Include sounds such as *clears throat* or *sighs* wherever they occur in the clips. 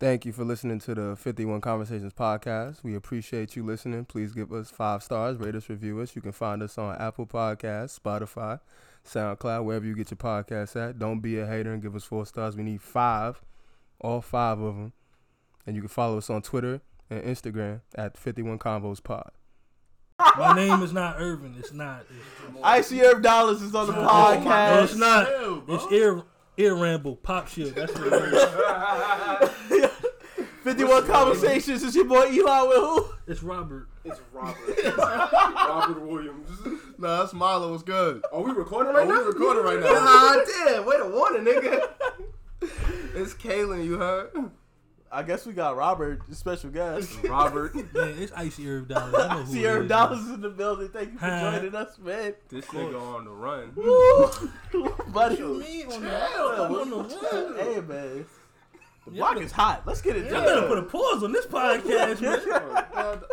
Thank you for listening to the 51 Conversations podcast. We appreciate you listening. Please give us five stars, rate us, review us. You can find us on Apple Podcasts, Spotify, SoundCloud, wherever you get your podcasts at. Don't be a hater and give us four stars. We need five, all five of them. And you can follow us on Twitter and Instagram at 51 Convos Pod. My name is not Irvin. It's not. It's, Icy Herb Dollars is on Oh the no, it's podcast. not. It's ear ear ramble pop shit. That's what it is. 51 Conversations. It's your boy Eli with who? It's Robert. It's Robert. Robert Williams. Nah, that's Milo. What's good? Are we recording right now? We recording right now. Nah, I did. Wait a warning, nigga. It's Kaylin. You heard? I guess we got Robert, the special guest. *laughs* Robert. Man, it's Icy Herb Dollars. I know who *laughs* See it Herb is. Dollars is in the building. Thank you for Huh? joining us, man. This nigga on the run. Woo! Buddy. Me on the- I'm on the wall. Hey, man. The block is hot. Let's get it Y'all better put done. a pause on this podcast, man.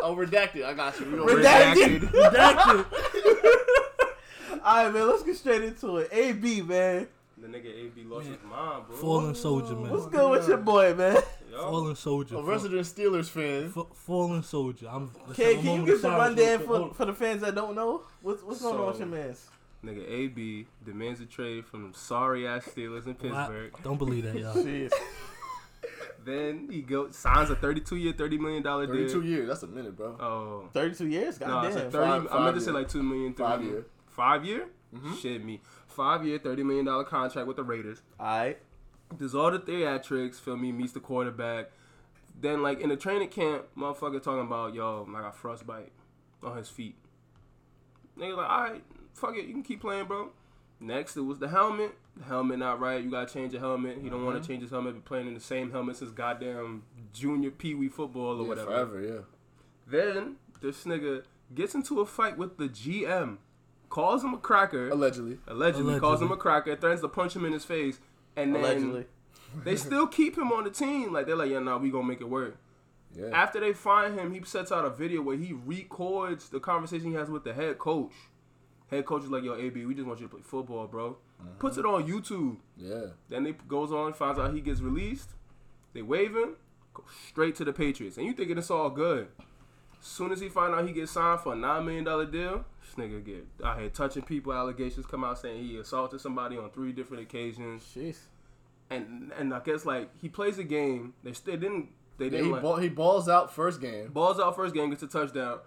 oh, redacted. I got you. We gonna Redacted. *laughs* redact it. Redacted. All right, man. Let's get straight into it. AB, man. The nigga AB lost his mind, bro. Fallen soldier, What's man. good with your boy, man? Yo. Fallen soldier. A resident Steelers fan. Fa- fallen soldier. I'm. Can, I'm can on you the give some side real rundown quick. for, Hold for the fans that don't know? What's, what's going on with So- your man's? Nigga AB demands a trade from them sorry ass Steelers in on. I, Pittsburgh. don't believe that, y'all. Then he go signs a 32 year, 30 million dollar deal. 32 years. That's a minute, bro. Oh. 32 years? No, Goddamn. it's like 30. Five- I five meant to say year. like 2 million, 3 Five million. year. Mm-hmm. Five year? Shit, me. Five year, 30 million dollar contract with the Raiders. All right. does all the theatrics, feel me, meets the quarterback. Then like in the training camp, motherfucker talking about yo, I got frostbite on his feet. Nigga like, all right, fuck it, you can keep playing, bro. Next it was the helmet. The helmet not right. You gotta change your helmet. He don't want Mm-hmm. to change his helmet. Been playing in the same helmet since goddamn junior pee wee football or Yeah, whatever. forever, yeah. Then this nigga gets into a fight with the GM, calls him a cracker. Allegedly. Allegedly, calls him Allegedly. a cracker. Threatens to punch him in his face. And then Allegedly. they still keep him on the team. Like they're like, yeah, nah, we gonna make it work. Yeah. After they find him, he sets out a video where he records the conversation he has with the head coach. Head coach is like, yo, AB, we just want you to play football, bro. Puts it on YouTube. Mm-hmm. Yeah. Then they goes on, finds out he gets released. They waive him, go straight to the Patriots. And you thinking it's all good. Soon as he find out he gets signed for a nine million dollar deal, this nigga get out here touching people. Allegations come out saying he assaulted somebody on three different occasions Jeez. and and I guess like he plays a game. They still didn't. They Yeah, didn't he, like, ball, he balls out first game. balls out first game gets a touchdown,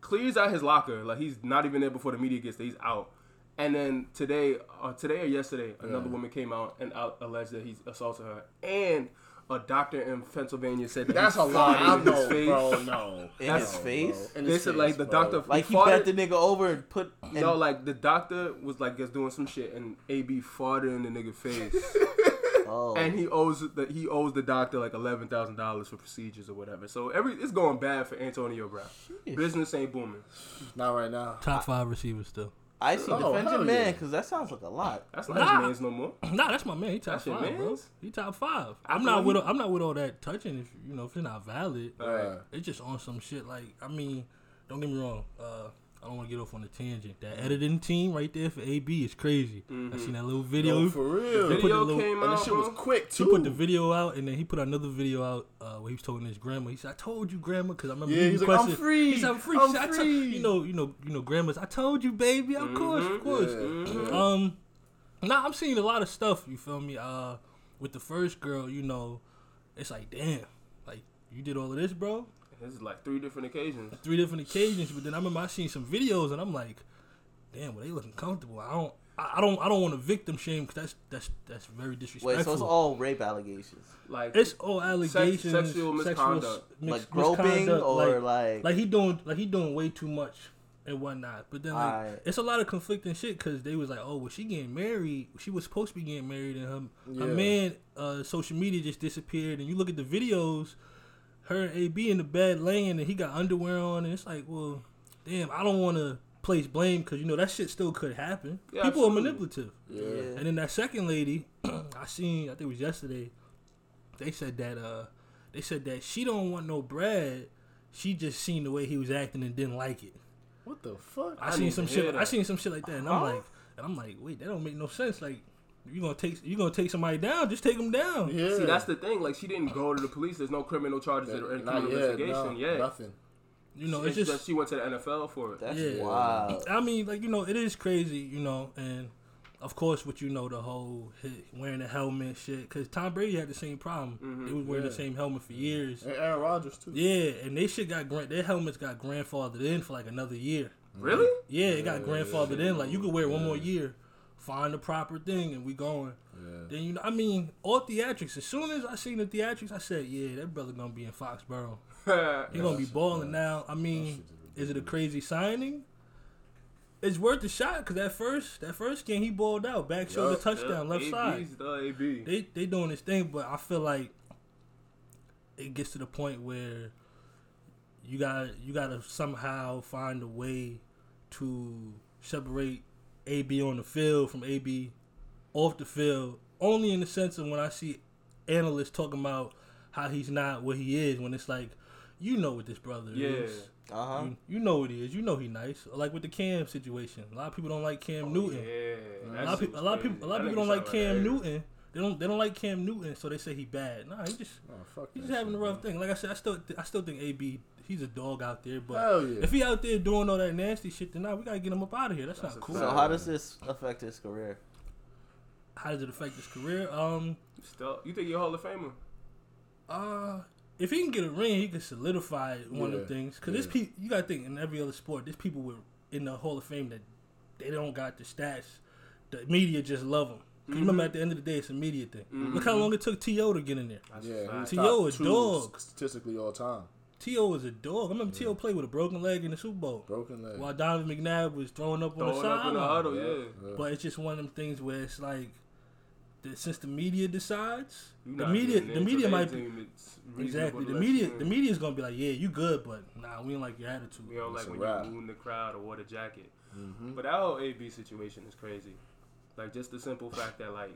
clears out his locker like he's not even there before the media gets there. He's out. And then today, uh, today or yesterday, another woman came out and out alleged that he's assaulted her. And a doctor in Pennsylvania said that That's he a lot. I farted in his know, face. bro. *laughs* No. In That's- his face? In They his said face, like the bro. doctor Like he, he farted. bent the nigga over and put. And, no, like the doctor was like just doing some shit, and AB farted in the nigga *laughs* face. oh. and he owes the he owes the doctor like eleven thousand dollars for procedures or whatever. So every it's going bad for Antonio Brown. Business ain't booming. Not right now. Top five receivers still. I see Oh, defend your hell man yeah. because that sounds like a lot. That's not Nah. his man's no more. *clears throat* Nah, that's my man. He top That's your five, bro. mans? He top five. I'm thought not he- with. I'm not with all that touching. If you know, if it's not valid, Yeah. it's just on some shit. Like, I mean, don't get me wrong. Uh, I don't want to get off on a tangent. That editing team right there for AB is crazy. I seen that little video. Yo, for real. They put the Video little- came And this out. shit was bro. quick, He too. put the video out, and then he put another video out uh, where he was talking to his grandma. He said, "I told you, grandma, because I remember Yeah, he he's like, "I'm requested." free, He said, "I'm free." I'm She said, I to- free. Mm-hmm, you know, you know, you know, grandmas. I told you, baby. Of course, of course. Um, nah, I'm seeing a lot of stuff. You feel me? Uh, with the first girl, you know, it's like, damn, like you did all of this, bro. This is like three different occasions. Three different occasions, but then I remember I seen some videos, and I'm like, damn, well they looking comfortable. I don't. I I don't. I don't want to victim shame because that's that's that's very disrespectful. Wait, so it's all rape allegations, Like It's all allegations, sexual misconduct. mis- like groping misconduct, or like, like, like he doing like he doing way too much and whatnot. But then like Aight. it's a lot of conflicting shit because they was like, oh, well, she getting married. She was supposed to be getting married, and her her Yeah. man uh, social media just disappeared. And you look at the videos, her and AB in the bed laying, and he got underwear on, and it's like, well, damn, I don't want to place blame because you know that shit still could happen. Yeah, People are absolutely. manipulative. Yeah. And then that second lady, *clears throat* I seen, I think it was yesterday. They said that uh, they said that she don't want no Brad. She just seen the way he was acting and didn't like it. What the fuck? I, I seen didn't some hear shit. I that. seen some shit like that, and Huh? I'm like, and I'm like, wait, that don't make no sense. Like, You gonna take you gonna take somebody down? Just take them down. Yeah. See, that's the thing. Like, she didn't go to the police. There's no criminal charges or Not any criminal yet, no, investigation yet. Nothing. You know, it's it's just just. she went to the NFL for it. That's Yeah. wild. I mean, like you know, it is crazy. You know, and of course, what you know, the whole hit, wearing the helmet shit. Because Tom Brady had the same problem. They was wearing the Yeah. same helmet for years. And Aaron Rodgers too. Yeah, and they shit got grand. Their helmets got grandfathered in for like another year. Really? Yeah, it got grandfathered in. Like you could wear it one more year, find the proper thing, and we going. Then you know, I mean, all theatrics. As soon as I seen the theatrics, I said, yeah, that brother gonna be in Foxborough. *laughs* He gonna be balling now. I mean, is it a crazy signing? It's worth the shot because that first that first game he balled out, back shoulder Yup, touchdown, left AB's side The AB. they they doing this thing, but I feel like it gets to the point where you got you got to somehow find a way to separate AB on the field from AB off the field. Only in the sense of when I see analysts talking about how he's not what he is, when it's like you know what this brother Yeah. is. Uh huh. You, you know what he is. You know he nice. Like with the Cam situation, a lot of people don't like Cam Newton. Oh, A Yeah. that lot of shit people, a was lot of crazy. people, a lot of That people don't nigga like shot right Cam at it. Newton. They don't, they don't like Cam Newton, so they say he bad. Nah, he just, Oh fuck. he's that just having a shit, rough thing. Like I said, I still, I still think AB, he's a dog out there. But Hell yeah. if he out there doing all that nasty shit, then nah, we gotta get him up out of here. That's, That's not a cool. So how does this affect his career? How does it affect his career? Um, Still, you think you're a Hall of Famer? uh, if he can get a ring, he can solidify it, one of Yeah, the things. Cause this yeah. pe- you gotta think in every other sport, there's people with in the Hall of Fame that they don't got the stats. The media just love them. Mm-hmm. Remember, at the end of the day, it's a media thing. Look how long it took To to get in there. That's a Yeah, fact. he's To top yo, a two dog. statistically all time. T.O. is a dog. I remember T.O. played with a broken leg in the Super Bowl. Broken leg. While Donovan McNabb was throwing up on Throwing the up in the sideline. huddle, yeah. yeah. But it's just one of them things where it's like, the, since the media decides, You the not media, getting the into media might be anything that's reasonable exactly the less media. than- The media is gonna be like, yeah, you good, but nah, we don't like your We attitude. don't It's like a when wrap. you moon the crowd or wear the jacket. Mhm. But that whole AB situation is crazy. Like just the simple fact that like y-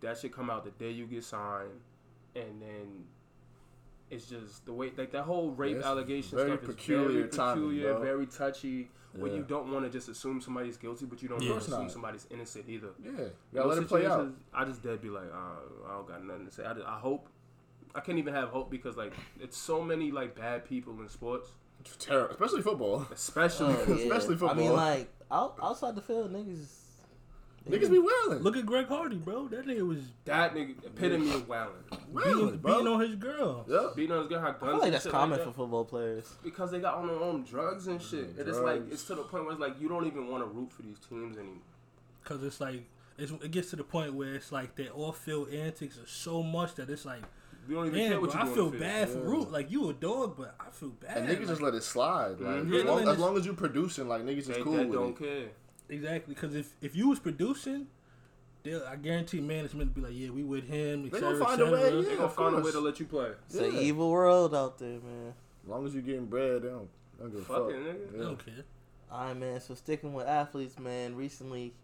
that should come out the day you get signed, and then it's just the way like that whole rape it's allegation very stuff is peculiar very timing, peculiar, bro. very touchy. Where Yeah. you don't want to just assume somebody's guilty, but you don't Yeah. want Of to course assume not. somebody's innocent either. Yeah, you gotta let Those it play out. situations, I just dead be like, uh, I don't got nothing to say. I, just- I hope I can't even have hope because like it's so many like bad people in sports, Terror, especially football. especially. yeah. Especially Oh, I mean, football. like out, outside the field, niggas. they Niggas be wailing. Look at Greg Hardy, bro. That nigga was That nigga epitome of wilding. beating, wailing, bro. beating on his girl. Yup. Beating on his girl, how guns. I feel like and that's shit common like for that. football players. because they got on their own drugs and shit. And it's like drugs. it's to the point where it's like you don't even want to root for these teams anymore. Cause it's like it's, it gets to the point where it's like their off-field antics are so much that it's like, You don't even man, care bro, what you I do. feel on the field. bad for Yeah. Root. Like you a dog, but I feel bad. And niggas Like, just let it slide. Like Mhm. as, Yeah, long, and as long as you producing, like niggas is They, cool they with don't it. care. Exactly, because if if you was producing, they I guarantee management would be like, yeah, we with him. They et gonna cetera, find a et cetera. way, They Yeah, gonna of find a way course. to let you play. It's an Yeah. evil world out there, man. As long as you getting bread, they don't, they don't give a Fuck fuck. it, nigga. I Yeah. don't care. All right, man. So sticking with athletes, man. Recently,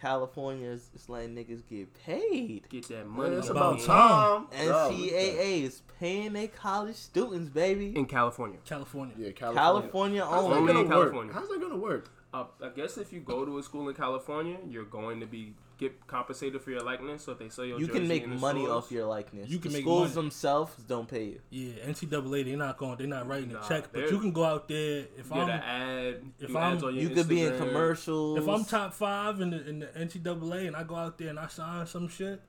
California is is letting niggas get paid. Get that Man, money. it's up about Yeah. in- time. Dog, look at that. NCAA is paying their college students, baby. in California. California. Yeah, California. California How's Only that only. gonna in California. work? How's that gonna work? Uh, I guess if you go to a school in California, you're going to be get compensated for your likeness. So if they sell your You can jersey make in the money stores, off your likeness. You can the make schools money. themselves don't pay you. Yeah, NCAA, they're not going, they're not writing a Nah, check, but they're- you can go out there. If You get I'm an ad. if do ads I'm- on your You could be in Instagram. commercials. if I'm top five in the, in the NCAA and I go out there and I sign some shit,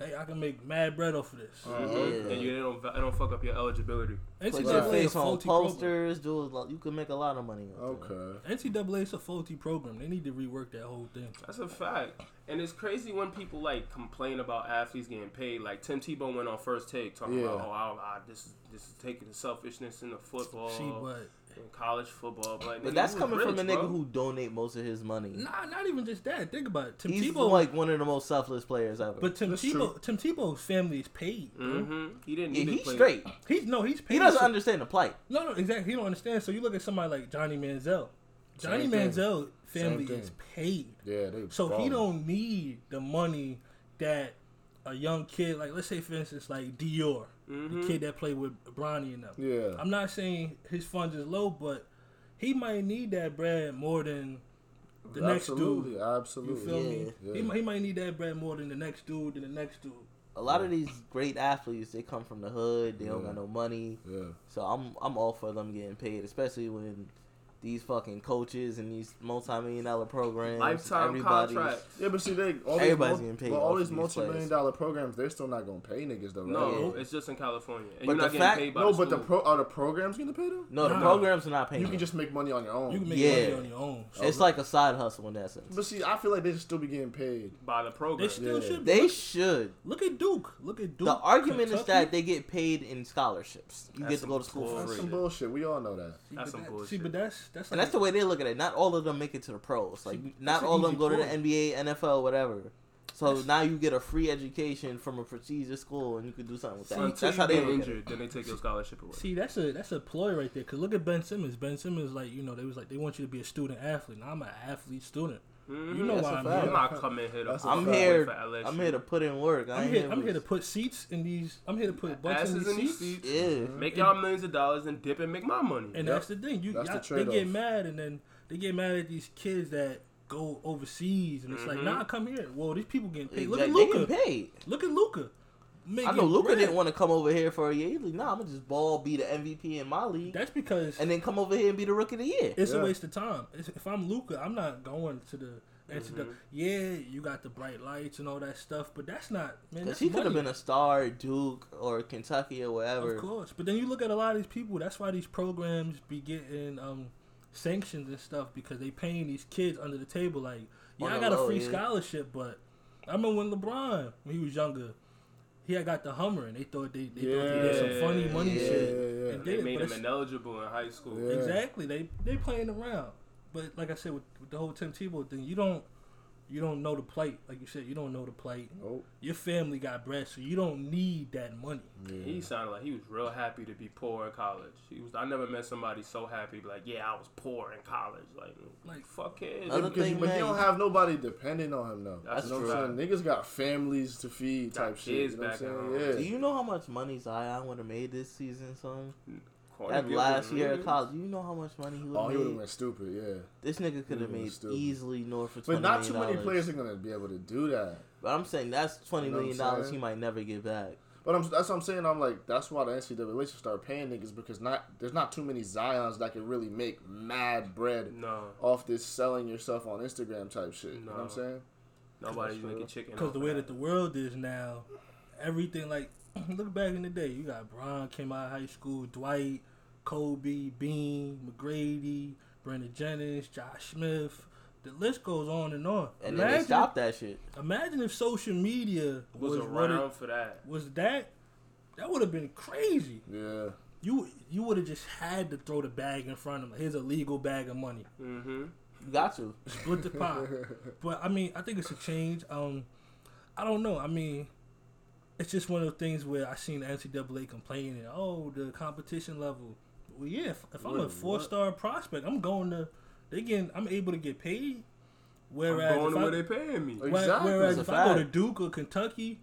hey, I can make mad bread off of this. Mhm. Yeah. And you they don't they don't fuck up your eligibility. put NCAA your is face a on faulty program. posters, do a lot. You can make a lot of money. out there. Okay. NCAA is a faulty program. They need to rework that whole thing. That's a fact. And it's crazy when people like complain about athletes getting paid. Like Tim Tebow went on first take talking Yeah. about, oh, I, I, this this is taking the selfishness in the Uh, football, See, but in college football. But, But nigga, that's you coming rich, from a nigga bro. who donate most of his money. nah, not even just that. Think about it. Tim He's Tebow, like one of the most selfless players ever. but Tim That's Tebow, Tim Tebow's family is paid. bro. Mhm. He didn't. yeah, he didn't he's play- straight. He's no, he's paid. He doesn't so- understand the plight. No, no, exactly. He don't understand. So you look at somebody like Johnny Manziel. Johnny Same thing. Manziel family Same is thing. paid, Yeah, they. so he balling. don't need the money that a young kid, like let's say for instance, like Dior, the kid that played with Bronny and them. Yeah. I'm not saying his funds is low, but he might need that bread more than the next absolutely, dude. You Absolutely. feel me? Yeah. He, might- he might need that bread more than the next dude, than the next dude. A lot of these great athletes, they come from the hood. They don't Yeah. got no money. Yeah. So I'm I'm all for them getting paid, especially when these fucking coaches and these multi-million dollar programs, Lifetime everybody's- contract. Yeah, but see, they all Everybody's these, getting mul- paid But off all of these these multi-million players. dollar programs, they're still not gonna pay niggas though, right? No, Yeah. it's just in California, and But you're the not getting fact- paid by No, the but the school. pro are the programs getting paid though? No, the Nah. programs are not paying. You can them. just make money on your own. You can make money Yeah. on your own. it's like a side hustle in that sense. but see, I feel like they should still be getting paid. by the program. They still Yeah. should. They look, should. look at Duke. Look at Duke. The argument is Kentucky. that they get paid in scholarships. You That's get to go to school some for That's free. some bullshit. We all know that. See, That's but some that- bullshit. See, but that's that's And like- that's the way they look at it. Not all of them make it to the pros. Like See, that's not an all of them easy go to the point. NBA, NFL, whatever. So That's- now you get a free education from a prestigious school, and you can do something with that. Until that's you how they get look at it. injured, then they take your scholarship away. See, that's a that's a ploy right there. Cause look at Ben Simmons. Ben Simmons, like you know, they was like they want you to be a student athlete. Now I'm an athlete student. Mhm. You know That's why a I'm fact. I'm here. not coming here. To That's a I'm fact. here. For LSU. I'm here to put in work. I I'm ain't here. I'm for- here to put seats in these. I'm here to put butts in asses in these these seats. seats. Yeah. Make y'all millions of dollars and dip and make my money. And Yep. that's the thing. You That's the y'all- they get trade-off. mad, and then they get mad at these kids that go overseas, and it's like, Mhm. nah, come here. Well, these people getting paid. Look Like, at they getting Luca. paid. Look at Luca. I know Luca didn't want to come over here for a year. He's like, nah, I'm gonna just ball, be the MVP in my league, That's because and then come over here and be the rookie of the year. It's Yeah. a waste of time. It's, if I'm Luca, I'm not going to the. and to the yeah, you got the bright lights and all that stuff, but that's not man. Because That's he could have money. been a star at Duke or Kentucky or of whatever. course. But then you look at a lot of these people. That's why these programs be getting um, sanctions and stuff because they paying these kids under the table. Like, yeah, On I the got a low, free yeah. scholarship, but I remember when LeBron when he was younger, he had got the Hummer and they thought they, they thought they did some funny money Yeah, shit. yeah, yeah. And they did it, made but him it's- ineligible in high school. Yeah. Exactly. They they playing around, but like I said with, with the whole Tim Tebow thing, you don't you don't know the plight. Like you said, you don't know the plight. Oh, Your family got bread, so you don't need that money. He sounded like he was real happy to be poor in college. He was. I never met somebody so happy. Like, yeah, I was poor in college. Like, Like- like fuck it. Other because thing, but he man. don't have nobody depending on him though. That's you know true. what I'm saying? Niggas got families to feed Got type shit. kids You know what I'm back at saying? home. Yeah. Do you know how much money Zion would have made this season, son? Cardi That B last was year really- of college, you know how much money he would Oh, have he would have made. went stupid, yeah. This nigga could have would've been made stupid. easily north of twenty But not too million many dollars. players are gonna be able to do that. But I'm saying that's twenty You know what million I'm dollars saying? he might never get back. But I'm, that's what I'm saying. I'm like, that's why the NCAA should start paying niggas because not there's not too many Zions that can really make mad bread No, off this selling yourself on Instagram type shit. You know what No. I'm saying? nobody's That's making real. chicken. Because uh, off the of way that the world is now, everything like *clears throat* look back in the day, you got Brian came out of high school, Dwight, Kobe, Bean, McGrady, Brandon Jennings, Josh Smith. The list goes on and on. And then they imagine, stopped that shit. imagine if social media was, was what it around for that. was that that would have been crazy. Yeah. You you would have just had to throw the bag in front of him. Here's a legal bag of money. Mm-hmm. You got to. Split the *laughs* pot. but I mean, I think it's a change. Um, I don't know. I mean, it's just one of the things where I seen the NCAA complaining. Oh, the competition level. Well, yeah. If, if I'm a Wait, four star prospect, I'm going to. They getting. I'm able to get paid. I'm Whereas going if to I- where they paying me. Like, where- Exactly. whereas if That's a I go to fact. Duke or Kentucky,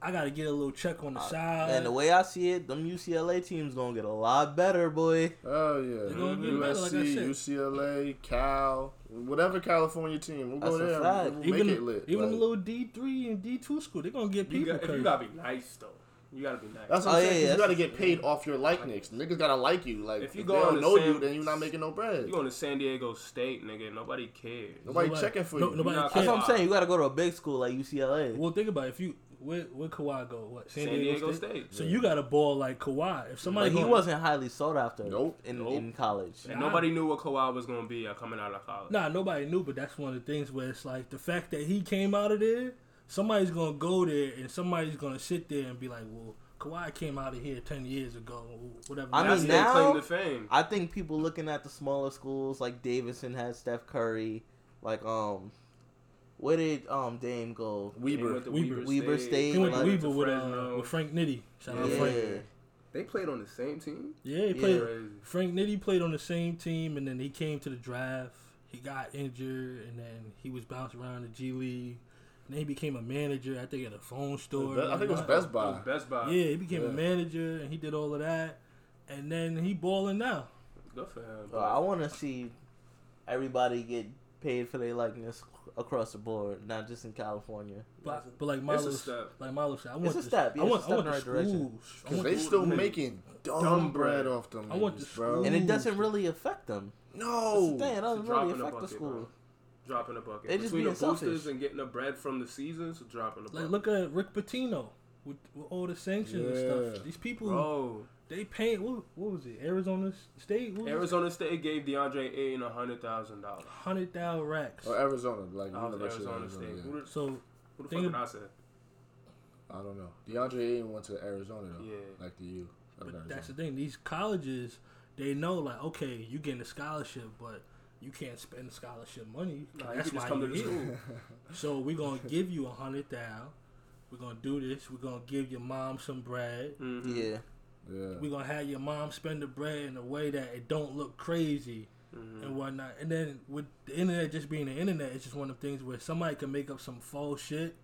I got to get a little check on the Uh, Uh, side. and the way I see it, them UCLA teams gonna get a lot better, boy. Oh yeah. They're gonna get USC, better, like I said. UCLA, Cal, whatever California team, we'll go That's a there. fact. and We'll even make it lit. even like, a little D three and D two school, they're gonna get You, people. got, you 'cause- gotta be nice though. You gotta be nice. That's what I'm Oh, yeah, saying. 'cause yeah, you gotta that's- get paid off your likeness. Niggas gotta like you. Like If if you you go they on don't the know same- you, then you're not making no bread. You going to San Diego State, nigga? Nobody cares. Nobody checking for no- you. Nobody Nah, cares. That's what I'm Wow. uh, saying. You gotta go to a big school like UCLA. Well, think about it. if you where where Kawhi go? What San Diego State. So you got a ball like Kawhi. If somebody Like he gonna- wasn't highly sought after Nope, in, nope. in college. And Nah. nobody knew what Kawhi was gonna be uh, coming out of college. nah, nobody knew, but that's one of the things where it's like the fact that he came out of there, somebody's gonna go there and somebody's gonna sit there and be like, well, Kawhi came out of here ten years ago, whatever. I That's mean, their now- claim to fame. I think people looking at the smaller schools like Davidson has Steph Curry, like um, where did um Dame go? They Weber. went to Weber. Weber State, he went to like- Weaver with, uh, Fresno. with Frank Nitty. Uh, Shout out Yeah. Frank. They played on the same team. Yeah, he Yeah. played. Crazy. Frank Nitty played on the same team, and then he came to the draft. He got injured, and then he was bounced around the G League. And then he became a manager, I think, at a phone store. I think it was Like, Best It was Buy. Best Buy. Yeah, he became Yeah. a manager, and he did all of that. And then he balling now. Good for him. Uh, I want to see everybody get paid for their likeness across the board, not just in California. But, but like It's a Milo, step. like Milo said, I want It's a this- step, yeah, I it's a want, step I want the in the right direction. schools. I 'Cause want they the- still man. making dumb, Dumb bread. bread off them. I want niggas, this bro. And it doesn't really affect them. That's the No. thing, it doesn't It's a drop really in the affect the bucket, bro. school. dropping a bucket. They just Between the being selfish. boosters and getting the bread from the seasons, dropping a Like bucket. look at Rick Pitino with, with all the sanctions and Yeah. stuff. These people, bro. they pay. What, what was it? Arizona State. What was Arizona State gave DeAndre Ayton a hundred thousand dollars. Hundred thousand racks. Or Oh, Arizona, like That was University of Arizona State. Arizona, yeah. Who, the, So who the fuck Think did ab- I say? I don't know. DeAndre Ayton went to Arizona though. Yeah. Like the U. But of Arizona. that's the thing. These colleges, they know like, okay, you getting a scholarship, but you can't spend scholarship money. Nah, you that's can why just come to you the here. school. So *laughs* we're gonna give you a hundred thousand. We're gonna do this. We're gonna give your mom some bread. Mhm. Yeah. Yeah. We're gonna have your mom spend the bread in a way that it don't look crazy Mm-hmm. Mm. and whatnot. And then with the internet just being the internet, it's just one of the things where somebody can make up some false shit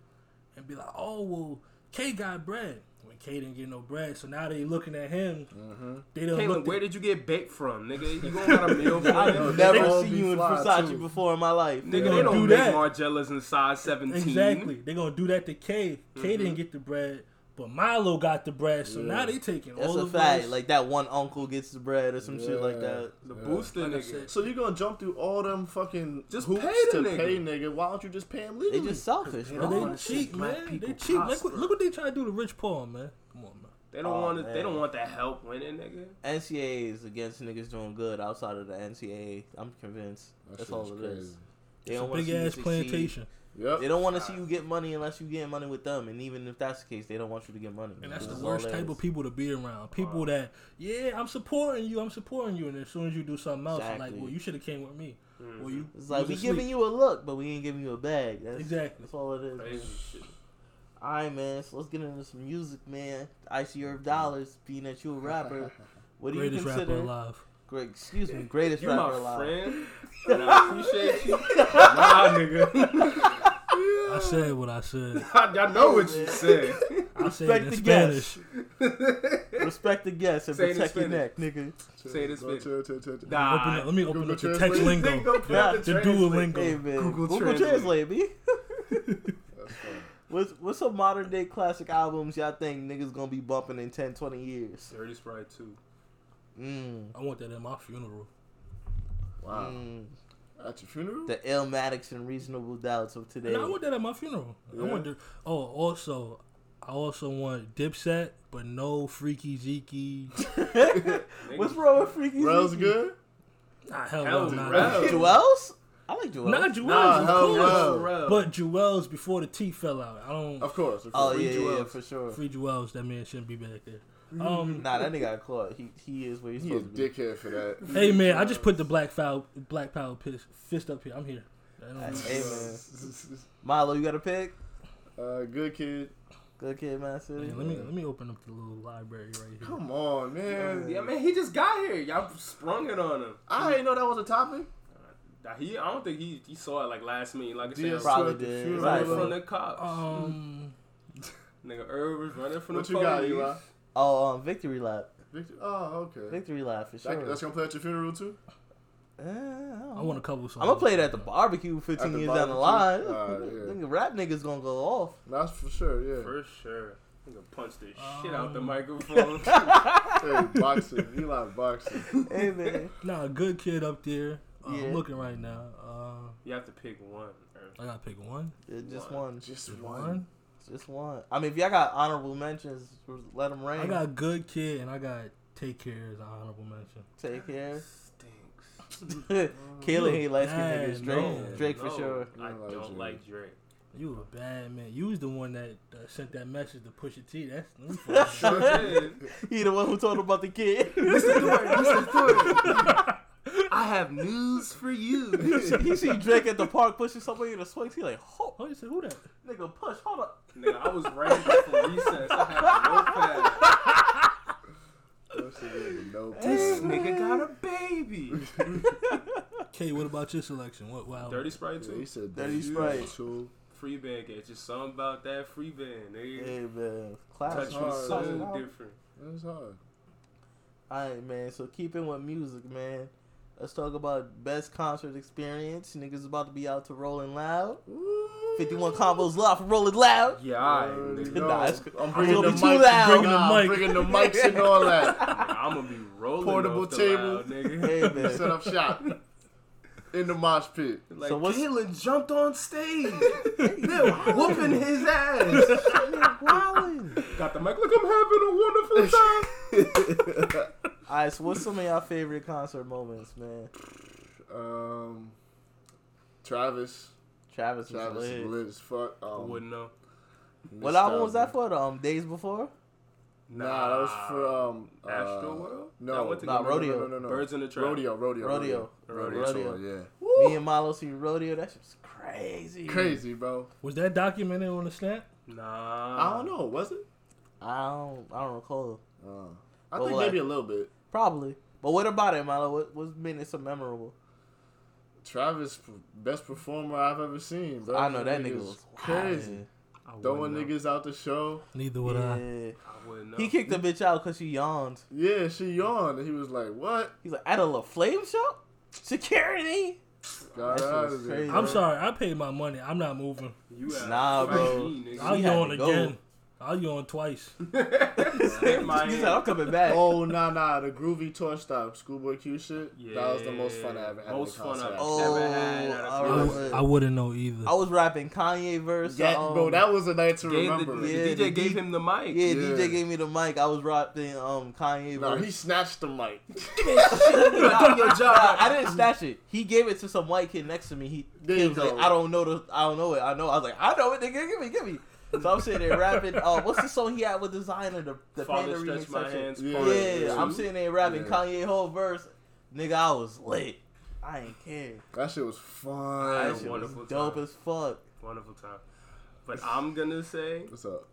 and be like, "Oh well, K got bread." When K didn't get no bread, so now they looking at him. Mm-hmm. They don't Caitlin, look. where did you get baked from, nigga? You gonna got a meal plan? *laughs* I've never Mm. all seen be you in fly, Versace too. before in my life. Nigga, gonna they don't do make that. Margellas in size 17. Exactly. They're gonna do that to K. K Mm-hmm. didn't get the bread, but Milo got the bread, so now they taking That's all a of fact. us. Like that one uncle gets the bread or some shit like Yeah. that. The Yeah. booster Like I nigga. said, So you're gonna jump through all them fucking Just hoops pay the to nigga. pay nigga? Why don't you just pay him They legally? just selfish, They But bro. don't- they Black cheap, people man. They prosper. cheap. Look what, look what they try to do to Rich Paul, man. Come on, man. They don't Aw, want it. They man. don't want that help winning, nigga. NCAA is against niggas doing good outside of the NCAA. I'm convinced. That That's shit all is it is. They crazy. It's a don't want big ass plantation, Yep. They don't want to see you get money unless you get money with them, and even if that's the case, they don't want you to get money. and that's the all worst it type is. of people to be around. People Wow. that, yeah, I'm supporting you, I'm supporting you, and as soon as you do something else, you're Exactly. Mm-hmm. like, well, you should have came with me. Well, you It's you like was we asleep. giving you a look, but we ain't giving you a bag. That's, Exactly. That's all it is. Crazy shit. All right, man. So let's get into some music, man. Icy Herb Dollars, being that you a *laughs* rapper, what do greatest you rapper consider? alive. Great, excuse me, greatest You rapper my alive. friend, and I appreciate you. nah, *laughs* nigga. I said what I said. I, I know what you said. I said Respect it the in guest. Spanish. *laughs* Respect the guests and Say it in protect your Spanish. neck, nigga. Say this Go bitch. to- to- to- to- Open up, Nah. let me open Google up the text Translate. They gonna lingo. put up The translate. Hey, Duolingo. man. Google Google, Translate. Translate, me. *laughs* That's funny. *laughs* What's what's some modern day classic albums y'all think niggas gonna be bumping in 10, 20 years? Dirty Sprite too. Mm. I want that at my funeral. Wow. Mm. At your funeral? The Illmatics and Reasonable Doubts of today. No, I *laughs* want that at my funeral. I Yeah. want the, Oh, also, I also want Dipset, but no Freaky Zeke. What's wrong with Freaky Rel's Zeke? good? Nah, hell, Hell, no, not Rel. Joel's? I like Joel's. Not Jewels, Nah, of hell course. no. But But Jewels before the teeth fell out. I don't Of course. Of course. oh, We yeah, Joel's. yeah, for sure. free Jewels. That man shouldn't be back there. Um, Nah, that nigga got caught. He, he is where he's He a supposed to be. dickhead for *laughs* that. hey man, I just put the black foul, black power piss, fist up here. I'm here. I don't know. Hey, man. Milo, you got a pick? *laughs* Uh, good kid. Good kid, Man City. Man, let me let me open up the little library right here. Come on, man. yeah, man, he just got here. Y'all sprung it on him. I didn't know that was a topic. Nah, He, I don't think he, he saw it like last minute. Like I said, right DS Probably at the did. funeral. Right. from the cops. Um, Nigga, Irv was running from What the you police. got, Eli? Oh, um, Victory Lap. Victor? Oh, okay. Victory Lap, for sure. That, that's gonna play at your funeral too. Eh, I I want a couple songs. am gonna play it at the barbecue 15 At the years down the line. *laughs* barbecue? Alright, yeah. Nigga, rap niggas gonna go *laughs* off. That's for sure. Yeah. For sure. Nigga punched the shit Um. out the microphone. *laughs* *laughs* hey, boxing. Eli boxing. Hey, man. Nah, good kid up there. Uh, Yeah. I'm looking right now. Uh, you have to pick one. Irv. I gotta pick one. It just One. one. *laughs* Just One. Just one. I mean, if y'all got honorable mentions, let them rain. I got good kid and I got take care as an honorable mention. Take *laughs* care. *laughs* Stinks. Kayla hate light skin Hey, niggas. Drake, no, Drake for No, sure. I No, don't Drake. like Drake. You a bad man. You was the one that uh, sent that message to push your T. That's let me For find out. *laughs* *laughs* sure did. He the one who told about the kid. Mr. Thornton, Mr. Thornton. *laughs* I have news for you. he see Drake at the park pushing somebody in the swings. He like, ho, Oh, you said who that? nigga, push, hold up. Nigga, I was ready for recess. I *laughs* had no pad. That shit is a no This plan. nigga got a baby. K, what about your selection? What? Wow. Dirty Sprite Yeah, he too. said Dirty that. Sprite. Too. Free band get just something about that free band, nigga. Hey, man. Class. Touch was hard, so yeah. different. That's hard. All right, man. So keeping with music, man. Let's talk about best concert experience. Niggas about to be out to Rolling Loud. 51 combos live for Rolling Loud. Yeah, all right, nigga. No, Nah, it's- I'm gonna bringing the be mic. too loud. Bringing the, Nah, mic. I'm bringing the mics and all *laughs* that. I'm gonna be rolling Portable off the table. loud, *laughs* nigga. *laughs* Hey, man. Set up shop in the mosh pit. Like So what's- Caitlyn jumped on *laughs* stage, They're whooping his ass. Wildin'. Got the mic. Look, I'm having a wonderful time. All right, so what's some of y'all favorite concert moments, man? Um, Travis. Travis, Travis was is lit. lit as fuck. Um, Wouldn't know. What album was that for? The um, days before? Nah, that was for um uh, Astroworld? No, That went to no, Nah, no, no, Rodeo. No, no, no, no. Birds in the Trap. Rodeo, rodeo, Rodeo. rodeo. Rodeo. tour, yeah. Me and Milo see rodeo. That shit's crazy. Crazy, bro. Was that documented on the snap? Nah. I don't know. Was it? I don't. I don't recall. Uh, I Well, think like- maybe a little bit. Probably. But what about it, Milo? What what's made it so memorable? Travis, p- best performer I've ever seen, bro. I know that nigga is was crazy. wild. I wouldn't Throwing know. niggas out the show. Neither would I. Yeah. I wouldn't know. He kicked the bitch out because she yawned. Yeah, she yawned. And he was like, "What? He's like, at a La Flame show? *laughs* Security? Got shit out was of crazy. there." I'm sorry. I paid my money. I'm not moving. You out. Nah, bro. Nigga. *laughs* I'll He had yawn to go. again. I'll yawn twice. *laughs* he said, I'm coming back. Oh, Oh nah nah, the groovy tour stop, Schoolboy Q shit. That was the most fun I ever had. Most at a fun I've concert. Oh, ever had. at a I I, concert. was- I wouldn't know either. I was rapping Kanye verse. That, um, bro, that was a night to Gave remember. the, Yeah, the the DJ gave D- him the mic. yeah, Yeah. Yeah. DJ gave me the mic. I was rapping um Kanye No, he verse. snatched the mic. Nah, your job. nah, I didn't snatch it. He gave it to some white kid next to me. He, There he you was like, go. I don't know the, I don't know it. I know. I was like, I know it. Nigga, give me, give me. So I'm sitting there *laughs* rapping. Uh, what's the song he had with Designer? The, the Panda Father remix stretched my section? hands. Yeah. part Yeah, Yeah. I'm sitting there rapping Yeah. Kanye whole verse. Nigga, I was lit. I ain't care. That shit was I fun. That had a shit was wonderful dope time. as fuck. Wonderful time. But I'm gonna say What's up?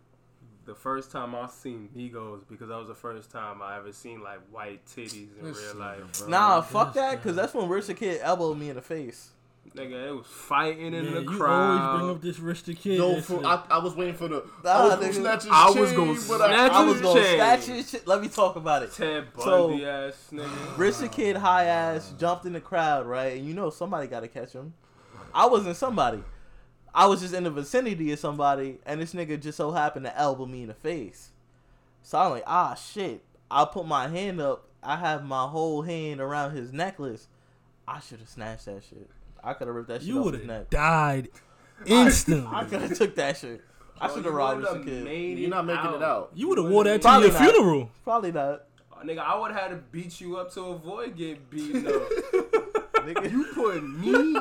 the first time I seen Migos because that was the first time I ever seen like white titties in This real nigga, life. bro. Nah, yes, fuck that, cause man. that's when Richard Kid elbowed me in the face. Nigga, it was fighting in Man, the you crowd. always bring up this rich the kid. Yo, incident. for, I, I was waiting for the. Nah, I was gonna nigga. snatch his I was chain, gonna but snatch I, I I his was was gonna Shame. snatch his shit. Let me talk about it. Ted So- Bundy ass nigga. Richard Kid high ass jumped in the crowd, right? And you know somebody got to catch him. I wasn't somebody. I was just in the vicinity of somebody, and this nigga just so happened to elbow me in the face. So I'm like, ah, shit. I put my hand up. I have my whole hand around his necklace. I should have snatched that shit. I could have ripped that shit you off would his have neck. died instantly. *laughs* I could have took *laughs* that shit. Oh, I should you have robbed would've Richard Kid. made You're not making it out. you would have wore that to Probably your not. funeral. Probably not. Oh, Nigga, I would have had to beat you up to avoid getting beaten *laughs* up. you put me and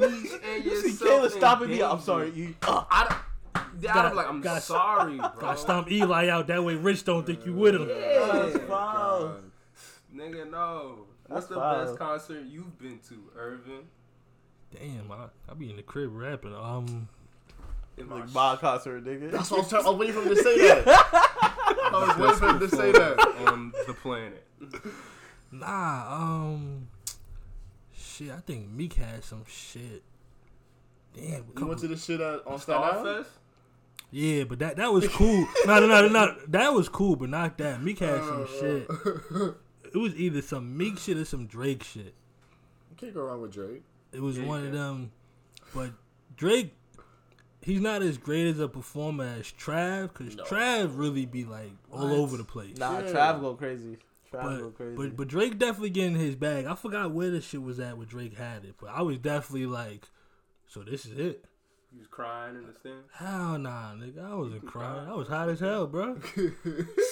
me and *laughs* You see yourself. Kayla in stopping me. I'm danger. sorry. You. Uh, I don't, Dad, Gotta- I'm like, I'm gotta- sorry, bro. I stomp Eli out. That way, Rich don't think you with him. Yeah. that's foul. Nigga, no. That's What's the wild. best concert you've been to, Irvin? Damn, I, I be in the crib rapping. Um, If I *laughs* Like sh- my concert, nigga. That's what I'm trying. I'm waiting for him *laughs* to say that. I was waiting for him to say that. on the planet. nah, um, shit. I think Meek had some shit. Damn, You couple- went to the shit at, on Staten Island. Starfest? yeah, but that that was cool. *laughs* no, no, no, no, that was cool, but not that. Meek had some Uh. shit. It was either some Meek shit or some Drake shit. You can't go wrong with Drake. It was Yeah, you one of can. them. But Drake, he's not as great as a performer as Trav, because Trav really be like all over the place. Nah, Yeah. Trav go crazy. Trav go but, crazy. but but Drake definitely getting his bag. I forgot where this shit was at when Drake had it, but I was definitely like, so this is it. You was crying in the stand. Hell nah, nigga. I wasn't crying. I was hot as hell, bro. *laughs*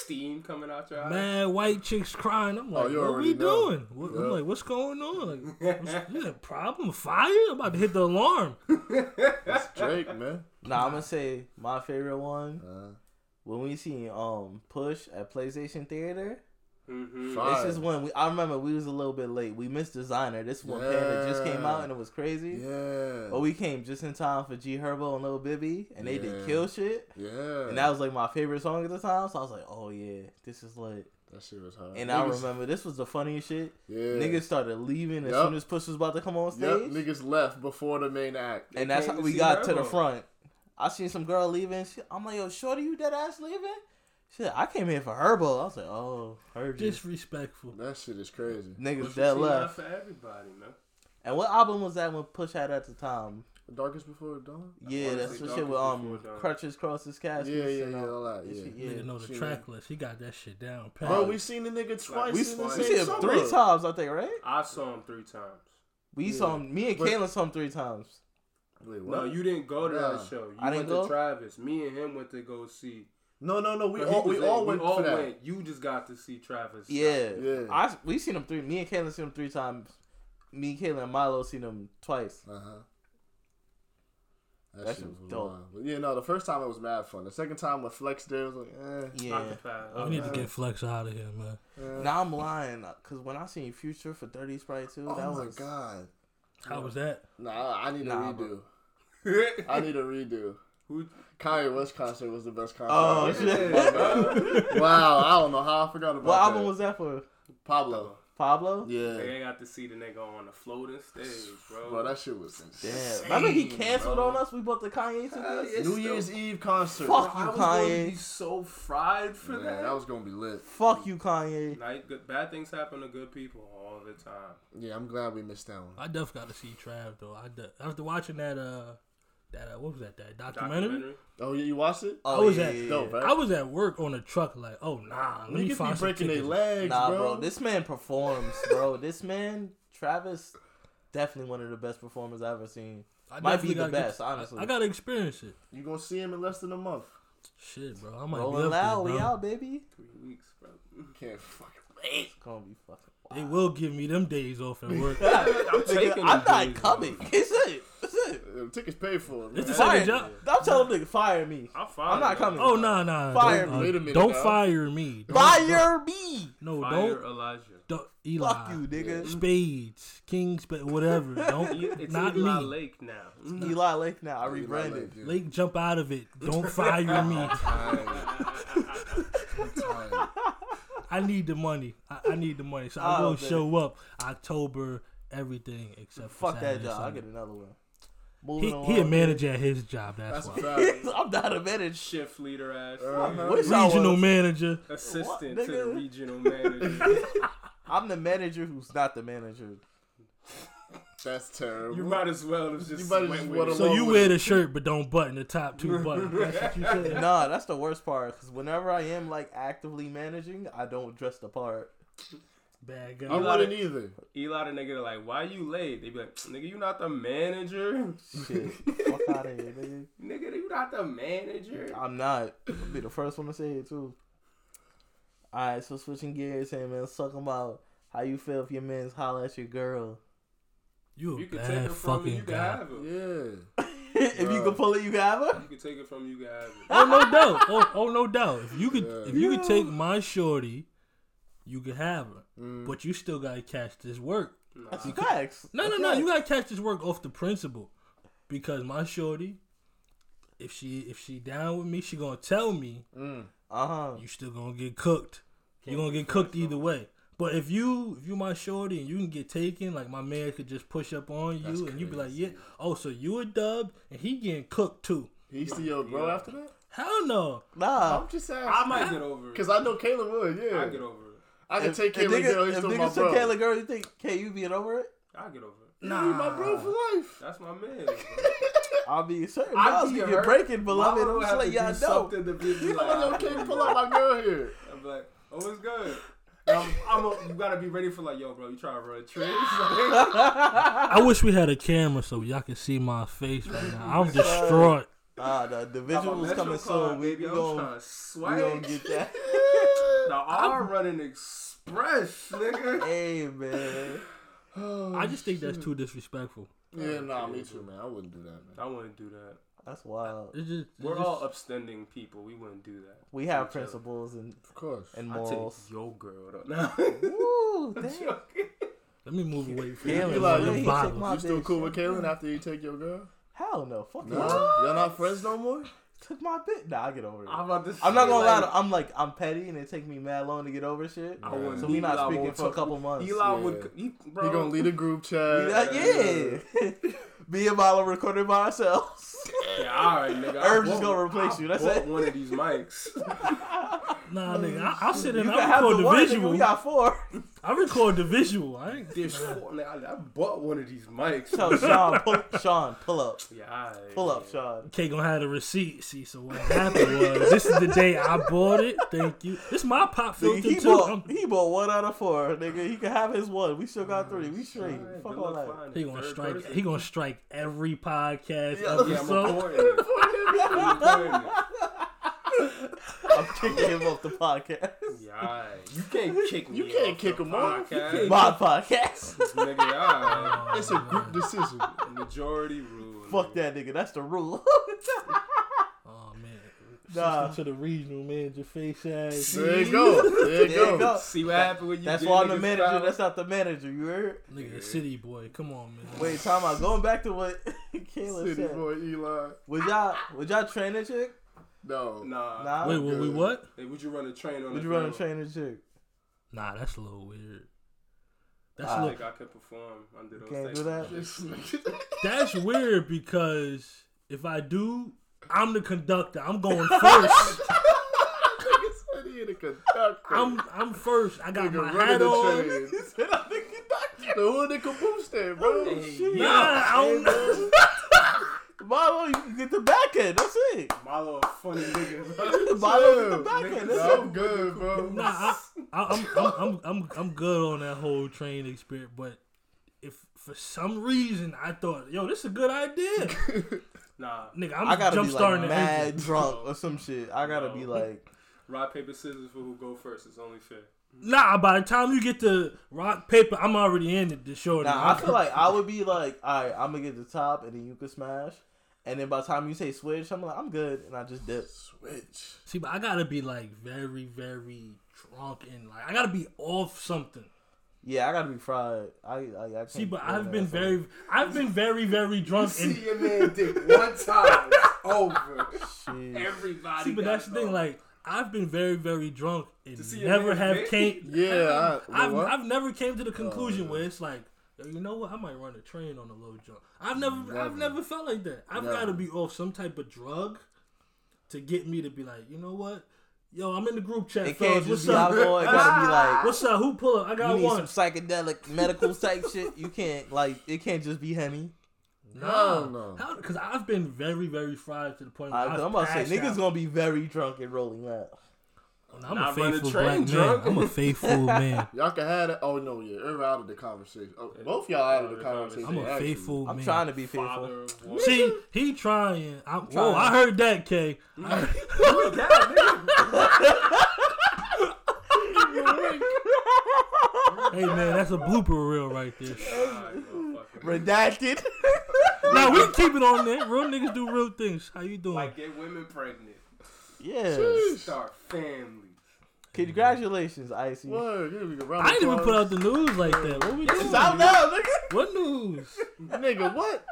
Steam coming out your eyes. Mad white chicks crying. I'm like, Oh, you what already we know. doing? What, Yeah. I'm like, what's going on? *laughs* Like, what's, you got a problem? Fire? I'm about to hit the alarm. That's Drake, man. nah, I'm gonna say my favorite one Uh, when we seen um Push at PlayStation Theater. Mm-hmm. Fire. This is when we. I remember we was a little bit late. We missed Designer. This one Panda just came out Yeah. and it was crazy. yeah. But Oh, we came just in time for G Herbo and Lil Bibby, and they did Yeah. kill shit. yeah. And that was like my favorite song at the time. So I was like, oh yeah, this is lit. that shit was hard. And I niggas, remember this was the funniest shit. Yeah. Niggas started leaving as Yup. soon as Push was about to come on Yep. stage. Niggas left before the main act. and that's how came to we see got to Herbo. the front. I seen some girl leaving. She, I'm like, yo, shorty, you dead ass leaving? Shit, I came here for Herbo. I was like, oh, Herbo. Disrespectful. That shit is crazy. Niggas But you dead see, not left. for everybody, man. And what album was that when Push had at the time? Darkest Before Dawn? Yeah, wanna that's say the Dark shit with Before um Dawn. crutches, crosses, caskets. Yeah, yeah, and uh, yeah, all all that, that yeah. shit, Nigga know the she- track list. He got that shit down. Pat. Bro, we seen the nigga twice we in the saw We Say see same him summer. three times, I think, right? I saw him three times. We Yeah. saw him. Me and But- Kaylin saw him three times. Wait, No, what? you didn't go to Nah. that show. You I didn't went go? to Travis. Me and him went to go see. No, no, no. We But he all was we there. all went for that. went. You just got to see Travis. Yeah, Yeah. I we seen him three. Me and Kaylin seen him three times. Me, Kaylin, and Milo seen him twice. Uh huh. That, That shit shit was was dope. wild. But yeah, no, the first time it was mad fun. The second time with Flex there, it was like, eh. Yeah. Occupied. Oh, we need to uh, get Flex out of here, man. eh. Now I'm lying, cause when I seen Future for Dirty Sprite too, that oh my was god. How was that? Nah, I need a Nah, redo. bro. I need *laughs* a redo. Who- Kanye West concert was the best concert. Oh, I've shit. *laughs* ever seen in my life. wow, I don't know how I forgot about What that. album was that for? Pablo? Pablo. *laughs* Yeah, They got to see the nigga on the floating stage, bro. bro, that shit was Damn. insane. Remember he Same, canceled bro. on us. We bought the Kanye Hell tickets. yeah, New still- Year's Eve concert. Fuck I you, was going Kanye. to be so fried for Man, that. that was gonna be lit. Fuck you, Kanye. Like, good, bad things happen to good people all the time. Yeah, I'm glad we missed that one. I def got to see Trav though. I def, after watching that uh that uh, what was that that documentary? Documentary. Oh yeah, you watched it? Oh, How was yeah, that? yeah, Dope, yeah. right? I was at work on a truck like, oh nah, let me Niggas find some be breaking their tickets. legs, Nah, bro. bro. This man performs, bro. this man, Travis, definitely one of the best performers I've ever seen. I Might definitely be the gotta get- best, honestly. I, I gotta experience it. You gonna see him in less than a month? Shit, bro. I might be Rolling up loud, there, we bro. out, baby. Three weeks, bro. Can't fucking. It's gonna be fucking. They will *laughs* give me them days off at *laughs* work. I'm taking *laughs* Nigga, them I'm not days, coming. *laughs* bro. It's it. It's it. Uh, The tickets paid for. It's the man. same Fire. job. I'm telling nigga, fire me. I'm fine. I'm not bro. coming. oh nah, nah. Fire don't, me. Wait a minute don't now. fire me. Don't- Fire me. No, Fire Oh, don't. Elijah. Don't Eli. Fuck you, nigga. Spades, Kings, but whatever. *laughs* Don't It's not Eli me. Lake now. Mm, Eli Lake now. I Eli rebranded. Lake, yeah. Lake, jump out of it. *laughs* Don't fire me. I'm tired. I need the money. I, I need the money. So Oh, I will man. show up October, everything except for Fuck that Saturday, job. I Sunday. get another one. Moving He, *laughs* he a manager at his job. That's, That's a why. fact. *laughs* I'm not a manager. Shift leader ass. Uh-huh. Wish Uh, I Regional was. manager. Assistant What, to the nigga? regional manager. I'm the manager who's not the manager. That's terrible. you might as well have just. You might have went just with went it. along. So you with wear it. the shirt, but don't button the top *laughs* two buttons. That's what you said. Nah, that's the worst part. Cause whenever I am like actively managing, I don't dress the part. Bad I guy. like- wouldn't either. Eli the nigga like, why you late? They be like, nigga, you not the manager. *laughs* Shit, fuck out of here, nigga. Nigga, you not the manager. I'm not. I'll be the first one to say it too. All right, so switching gears, hey man, let's talk about how you feel if your man's holler at your girl. *laughs* You a You can take bad it from him, fucking you can guy. have him. Yeah. if you can Bruh. pull it, you can have her. You can take it from him, you can have him. Oh no doubt. Oh, oh no doubt. If you could, Yeah. if you could Yeah. take my shorty, you could have her. Mm. But you still gotta catch this work. Nah. *laughs* That's facts. No, no, That's no. facts. You gotta catch this work off the principle, because my shorty, if she if she down with me, she gonna tell me Mm. Uh-huh. you still gonna get cooked. You gonna get cooked either way. But if you if you my shorty and you can get taken, like my man could just push up on you That's and you be like, crazy. yeah, oh, so you a dub and he getting cooked too. He's still your bro Yeah. after that? Hell no. Nah. I'm just I asking. might get over it. Because I know Caleb would, yeah. I get over it. I can If- take if Caleb niggas- girl. He's If still my niggas bro. took Kayla girl, you think can you being over it? I get over it. Nah. my bro for life. That's my man. Bro. I'll be certain I'd laws be be hurt. Mama breaking, beloved. I'm would just have letting to y'all do know. Something to be You like, know, *laughs* I can't pull out my girl here. *sighs* I'm like, oh, it's good. And I'm, I'm a, you gotta be ready for like, yo, bro, you trying to run tricks? *laughs* Like, *laughs* I wish we had a camera so y'all could see my face right now. I'm distraught. Ah, the, the got my visual is coming MetroCard, soon. We, baby. we I'm gonna trying to we swipe. gonna get that. *laughs* Now I'm running express, *laughs* nigga. hey man, I just think that's too disrespectful. Yeah, nah, me too, man. I wouldn't do that, man. I wouldn't do that. that's wild. It's just, it's We're just- all upstanding people. We wouldn't do that. We Each have other. principles and Of course. and I take morals. your girl though. *laughs* No. Woo, I'm damn. joking. Let me move away from Damn, you. Eli, Them *laughs* you- bottles. my you still bitch. cool with Kaylin after you take your girl? Hell no, fuck No. no. Y'all not friends no more? Took my bit. Nah, I get over it. I'm about to I'm not say, gonna like, lie. I'm like I'm petty, and it take me mad long to get over shit. I wouldn't- So we not Eli speaking won't for a talk- couple months. Eli Yeah. would. He, bro, He gonna lead a group chat. *laughs* Yeah, yeah. *laughs* Me and Milo recorded by ourselves. *laughs* Yeah, all right, nigga. I Herb's just bought- gonna replace I you, that's *laughs* bought it. One of these mics. Nah, nigga, I, I sit in. You I can have record the the, one. nigga, visual. We got four. *laughs* I record the visual. I ain't. There's four. nigga, I, I bought one of these mics. So Sean, pull, Sean, pull up, yeah, aight. pull up, Sean. K gonna have the receipt. See, so what happened was this is the day I bought it. Thank you. This my pop filter Nigga, he too. I'm- bought, he bought one out of four, nigga. He can have his one. We still got three. We straight. Alright, Fuck good all luck that. finding He the gonna third strike. person. He gonna strike every podcast Yeah, episode. yeah, I'm recording it. *laughs* I'm recording it. *laughs* I'm kicking him off the podcast. *laughs* Yeah, you can't kick me. You can't off kick the him off. You podcast. My podcast. *laughs* nigga. alright. It's a group *laughs* decision. Majority rule. Fuck nigga. that nigga. That's the *laughs* rule. Oh man, Nah. sister to the regional man, your face ass There you go. There you There you go. go. See what happened when you. That's did why I'm the niggas manager. style? That's not the manager. You heard? nigga, city boy. Come on, man. Wait, time out. Going back to what *laughs* Kayla City said. boy Eli. Would y'all would y'all train a chick? No. Nah. Nah. Wait, were we good. what? Hey, would you run a train on? would a you run a phone? train a chick? Nah, that's a little weird. That's I a Ah. think little, I could perform under those. Can't do that. circumstances. This nigga- that's weird because if I do, I'm the conductor. I'm going *laughs* first. nigga said he in a conductor. I'm I'm first. I got Nigga my running hat the on. train. *laughs* He said, "I think you doctor." The hood and caboose there, bro. Hey, Nah, I don't know. *laughs* Milo, you can get the back end. That's it. Milo, a *laughs* funny nigga. bro. Milo, get the back end. That's I'm it. good, bro. Nah, I, I, I'm, I'm, I'm, I'm, I'm good on that whole train experience, but if for some reason I thought, yo, this is a good idea, *laughs* Nah. nigga, I I'm gotta jump be like starting mad like, drunk or some shit. I gotta be No. like, Rock paper scissors for who go first. It's only fair. Nah, by the time you get to rock paper, I'm already in it. The show. nah. I feel like I would be like, all right, I'm gonna get the top, and then you can smash. And then by the time you say switch, I'm like, I'm good, and I just dip. Switch. see, but I gotta be like very, very drunk and like I gotta be off something. Yeah, I gotta be fried. I, I, I can't See, but do I've that. been very, I've been very, very drunk and See your man dick one time. Over. Shit. Everybody. See, but got that's the thing. involved. Like, I've been very, very drunk and see a never man's have dick? came. Yeah, I- I've, what? I've never came to Oh, the conclusion where it's like, yo, you know what? I might run a train on a low jump. I've never, I've never felt like that. I've got to be off some type of drug to get me to be like, you know what? Yo, I'm in the group chat. It fellas. can't What's just be alcohol. It up? *laughs* gotta be like. What's up? Who pull up? I got you need one. some psychedelic medical type shit. You can't like it can't just be honey. Nah, no. because I've been very, very fried to the point. Where I, I've am about to say passed niggas out. gonna be very drunk and rolling out. I'm a Not run a faithful train black man. drunk. I'm *laughs* a faithful man. Y'all can have it. Oh no, yeah, Irv out of the conversation. Oh, both y'all out of the conversation. I'm a actually. faithful I'm Oh, man. trying to be faithful. Father of one. See, he trying. i Whoa, trying. I heard that, K. I *laughs* heard- hey man, that's a blooper reel right there. Alright, motherfucker. Redacted. *laughs* Now we keep it on there. Real niggas do real things. How you doing? Like get women pregnant. yeah. Start families. Congratulations, Icy. Word, give me a round I ain't of even put applause. out the news like that. What we doing? Stop now, nigga. What news? Nigga, what?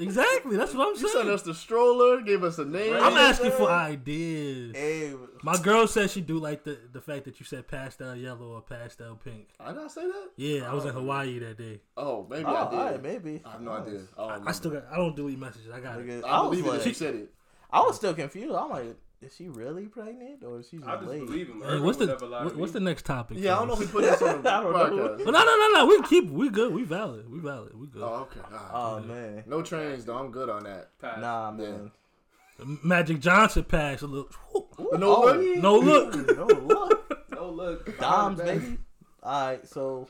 Exactly. That's what I'm You sent saying. us the stroller, gave us a name. I'm asking for ideas. Hey, My girl said she do like the the fact that you said pastel yellow or pastel pink. I not say that. Yeah, I was in Hawaii that day. Oh, maybe oh, I did. all right, maybe. I have no idea. I, don't I still got. I don't delete messages. I got it. Nigga, remember. I, I was believe it. like, She said it. *laughs* I was still confused. I'm like, is she really pregnant or is she just, I just late? believe him. Hey, what's the what- what's the next topic? Yeah, I don't know fellas? if we put this *laughs* on the I don't know. podcast. But no, no, no, no. We keep. We good. We valid. We valid. We good. Oh, okay. All right. Oh man, No trains though. I'm good on that. pass? nah, man. Magic Johnson passed a little. whew. But no Oh. way. No look. No look. *laughs* No *laughs* look. Doms, baby. All right, so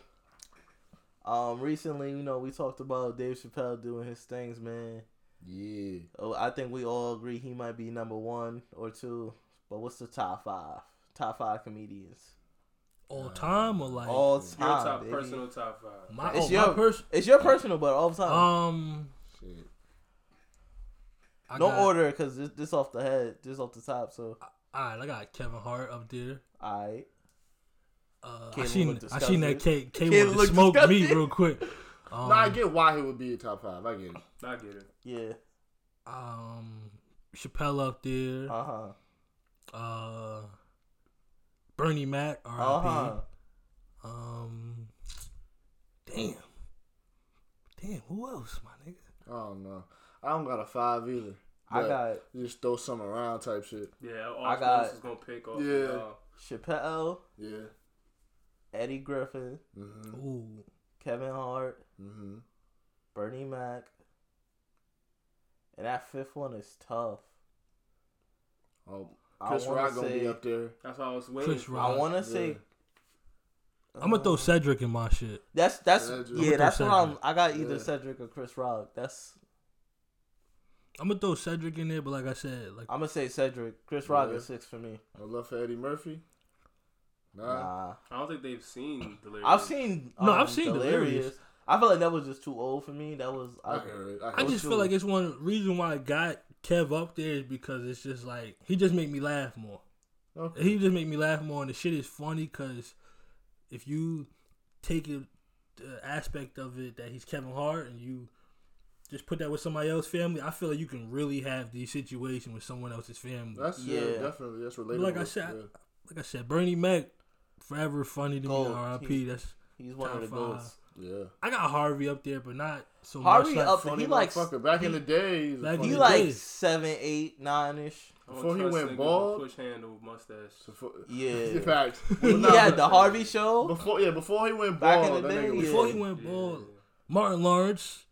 um, recently, you know, we talked about Dave Chappelle doing his things, man. Yeah. Oh, I think we all agree he might be number one or two. But what's the top five? Top five comedians All time or like all Your time. top baby. personal top five. my, It's oh, your- Uh, my person. It's your personal, but all time. Um, Shit. I no got, order, cause this, this off the head, this off the top. So, All right, I got Kevin Hart up there. all right. Uh, I Kid seen look I seen that K K Kid wanted to look smoke me disgusted. real *laughs* quick. Um, No, I get why he would be in top five. I get it. I get it. Yeah. um, Chappelle up there. Uh huh. Uh, Bernie Mac. R.I.P. Uh huh. Um, damn, damn. Who else, my nigga? Oh no, I don't got a five either. I But got. you just throw some around type shit. Yeah, all I I got, got- is gonna pick off. Yeah. Yeah. Chappelle, Yeah. Eddie Griffin, Mm-hmm. Ooh. Kevin Hart, Mm-hmm. Bernie Mac. And that fifth one is tough. Oh, I Chris wanna Rock gonna say- be up there. That's how I was waiting. Chris I Rock. want to Yeah. say I'm gonna throw Cedric in my shit. that's that's Cedric. I'm yeah gonna that's throw what I'm. Cedric. I got either Yeah. Cedric or Chris Rock. That's I'm gonna throw Cedric in there, but like I said, like I'm gonna say Cedric. Chris Rock Yeah. Uh-huh. is six for me. I love for Eddie Murphy. Nah. Nah, I don't think they've seen Delirious. I've seen No, um, I've seen Delirious. I feel like that was just too old for me. That was I, I hear it. I, I hear just it. feel like it's one reason why I got Kev up there is because it's just like he just make me laugh more. Okay. He just make me laugh more, and the shit is funny because if you take it, the aspect of it that he's Kevin Hart, and you just put that with somebody else's family, I feel like you can really have these situation with someone else's family. That's yeah, Yeah. definitely that's relatable. Like I said, like I said, Bernie Mac, forever funny to Gold. me. R.I.P. That's he's one Top of the five. goats. yeah, yeah. I got Harvey up there, but not so Harvey much. Like, up- Funny he likes- motherfucker. Back in the day, he was Back in funny. He the like day. seven, eight, nine ish. I don't before he trust went niggas with bald- Push handle mustache. Befo- *laughs* *laughs* Yeah. Facts. He Nah, had but- the Harvey show. Before yeah, before he went Back in bald, the that day, nigga was- before he went bald, Martin Lawrence,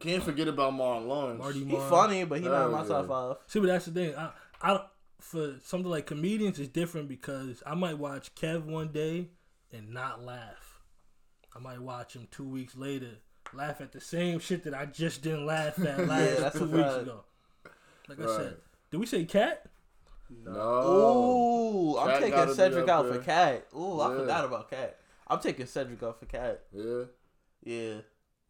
Can't forget about Martin Lawrence. Marty He Martin. funny, but he not in my Oh, top yeah. five. See, but that's the thing. I, I for something like comedians is different because I might watch Kev one day and not laugh. I might watch him two weeks later laugh at the same shit that I just didn't laugh *laughs* at last that's two a weeks fact. ago. Like I Right. said, did we say cat? No. Ooh, I'm Oh. Cat gotta taking be Cedric up out there. for Cat. Ooh, I Yeah. forgot about Cat. I'm taking Cedric out for Cat. Yeah. Yeah.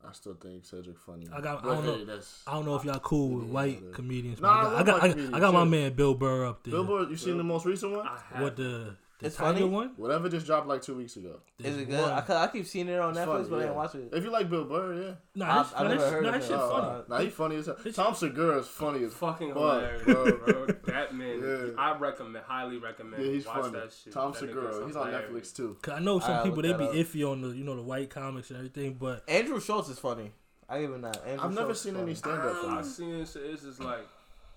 I still think Cedric funny. I got- I But don't know. hey, that's- I don't know if y'all cool with Yeah, white yeah. comedians. Nah, but I I love got, my I got, I got my comedians, man Bill Burr up there. Billboard, you seen the most recent one? I have What the the It's Tiger funny? one? Whatever just dropped like two weeks ago. There's Is it good? one- I, I keep seeing it on It's Netflix, funny, but I didn't yeah. watch it. If you like Bill Burr, yeah. Nah, I've- that's- I've nah, never that's- heard nah, that of it. uh, shit Oh, funny. Nah, he funny as hell. Tom Segura is funny as fuck. fucking Fuck, hilarious, bro. bro. That man, *laughs* Yeah. I recommend, highly recommend. Yeah, he's Watch funny. that shit. Tom That nigga's Segura. He's on hilarious. Netflix too. Cause I know some I'll people look they that be up. iffy on the you know the white comics and everything, but Andrew Schultz is funny. I give him that. Andrew I've never Schultz is seen funny. any stand up I from seen this. It's just like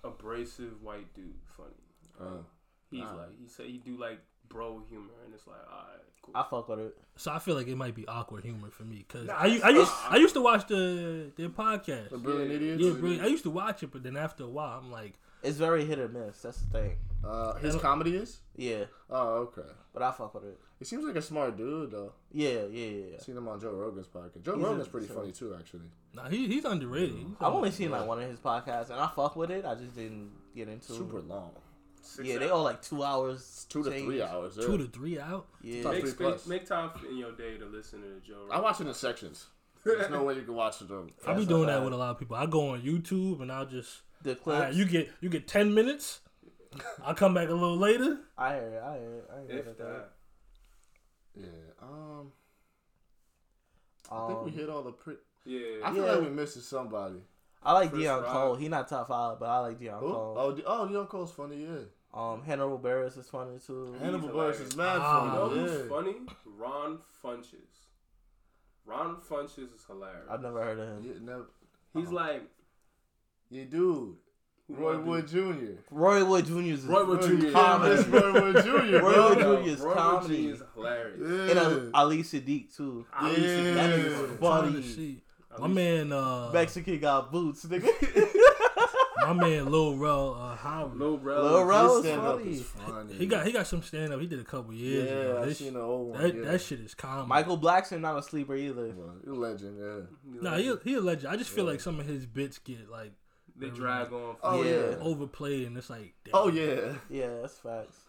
abrasive white dude, funny. Oh. He's Nah. like, he say he do like bro humor, and it's like, all right, cool. I fuck with it. So I feel like it might be awkward humor for me because Nah, I, u- it's I used fine. I used to watch the their podcast. The Brilliant Yeah. Idiots. Yeah, bro, I used to watch it, but then after a while, I'm like, It's very hit or miss. That's the thing. Uh, his That'll- comedy is. Yeah, Oh, okay. but I fuck with it. He seems like a smart dude though. Yeah, yeah, yeah. yeah. I've seen him on Joe Rogan's podcast. Joe He's a- Rogan's pretty so- funny too, actually. nah, he, he's underrated. He's I've only underrated. seen like one of his podcasts, and I fuck with it. I just didn't get into Super it. long. Six Yeah, they hours. all like two hours, Two to three change. hours. Yeah. two to three out. Top Yeah, three Make, plus. space, make time in your day to listen to Joe. I Rogan. watch it in sections. There's no way you can watch it on. I be That's doing a that fact. with a lot of people. I go on YouTube and I'll just the all right, clips. you get you get ten minutes. I'll come back a little later. I hear it. I hear it. I hear If it. that. Yeah. Um. I think we Um, hit all the. Pre- I Yeah. feel Yeah. like we missing somebody. I like Chris Deion Rock. Cole. He not top five, but I like Deion Who? Cole. Oh, D- oh, Leon Cole's funny. Yeah. Um, Hannibal Barris is funny too. Hannibal hilarious. Burris is mad Ah. You know funny. who's yeah. funny? Ron Funches. Ron Funches is hilarious. I've never heard of him. Yeah, no, He's like yeah, dude. who Roy my dude- Wood Jr. Roy Wood Jr. is Roy Wood Roy- Jr. yeah, Comedy. that's Roy Wood Jr. Roy bro. Wood Yo, Jr. is Roy Wood Jr. comedy. is hilarious. and Yeah. uh, Ali Sadiq too. I used to- Yeah. That nigga's Trying to funny. see. I My used- man, uh, Mexican got boots, nigga. my man, Lil Rel uh, Howard. Lil Rel. Lil Rel. His was stand-up funny. is funny. He got he got some stand up. He did a couple years. Yeah, ago. I This- seen the old one. that, yeah. that shit is comedy. Michael Blackson not a sleeper either. Well, you legend. Yeah. Mm-hmm. No, he he a legend. I just feel like some of his bits get like they drag on. for Oh yeah. Yeah. overplayed, and it's like, damn. Oh yeah. Yeah, that's facts.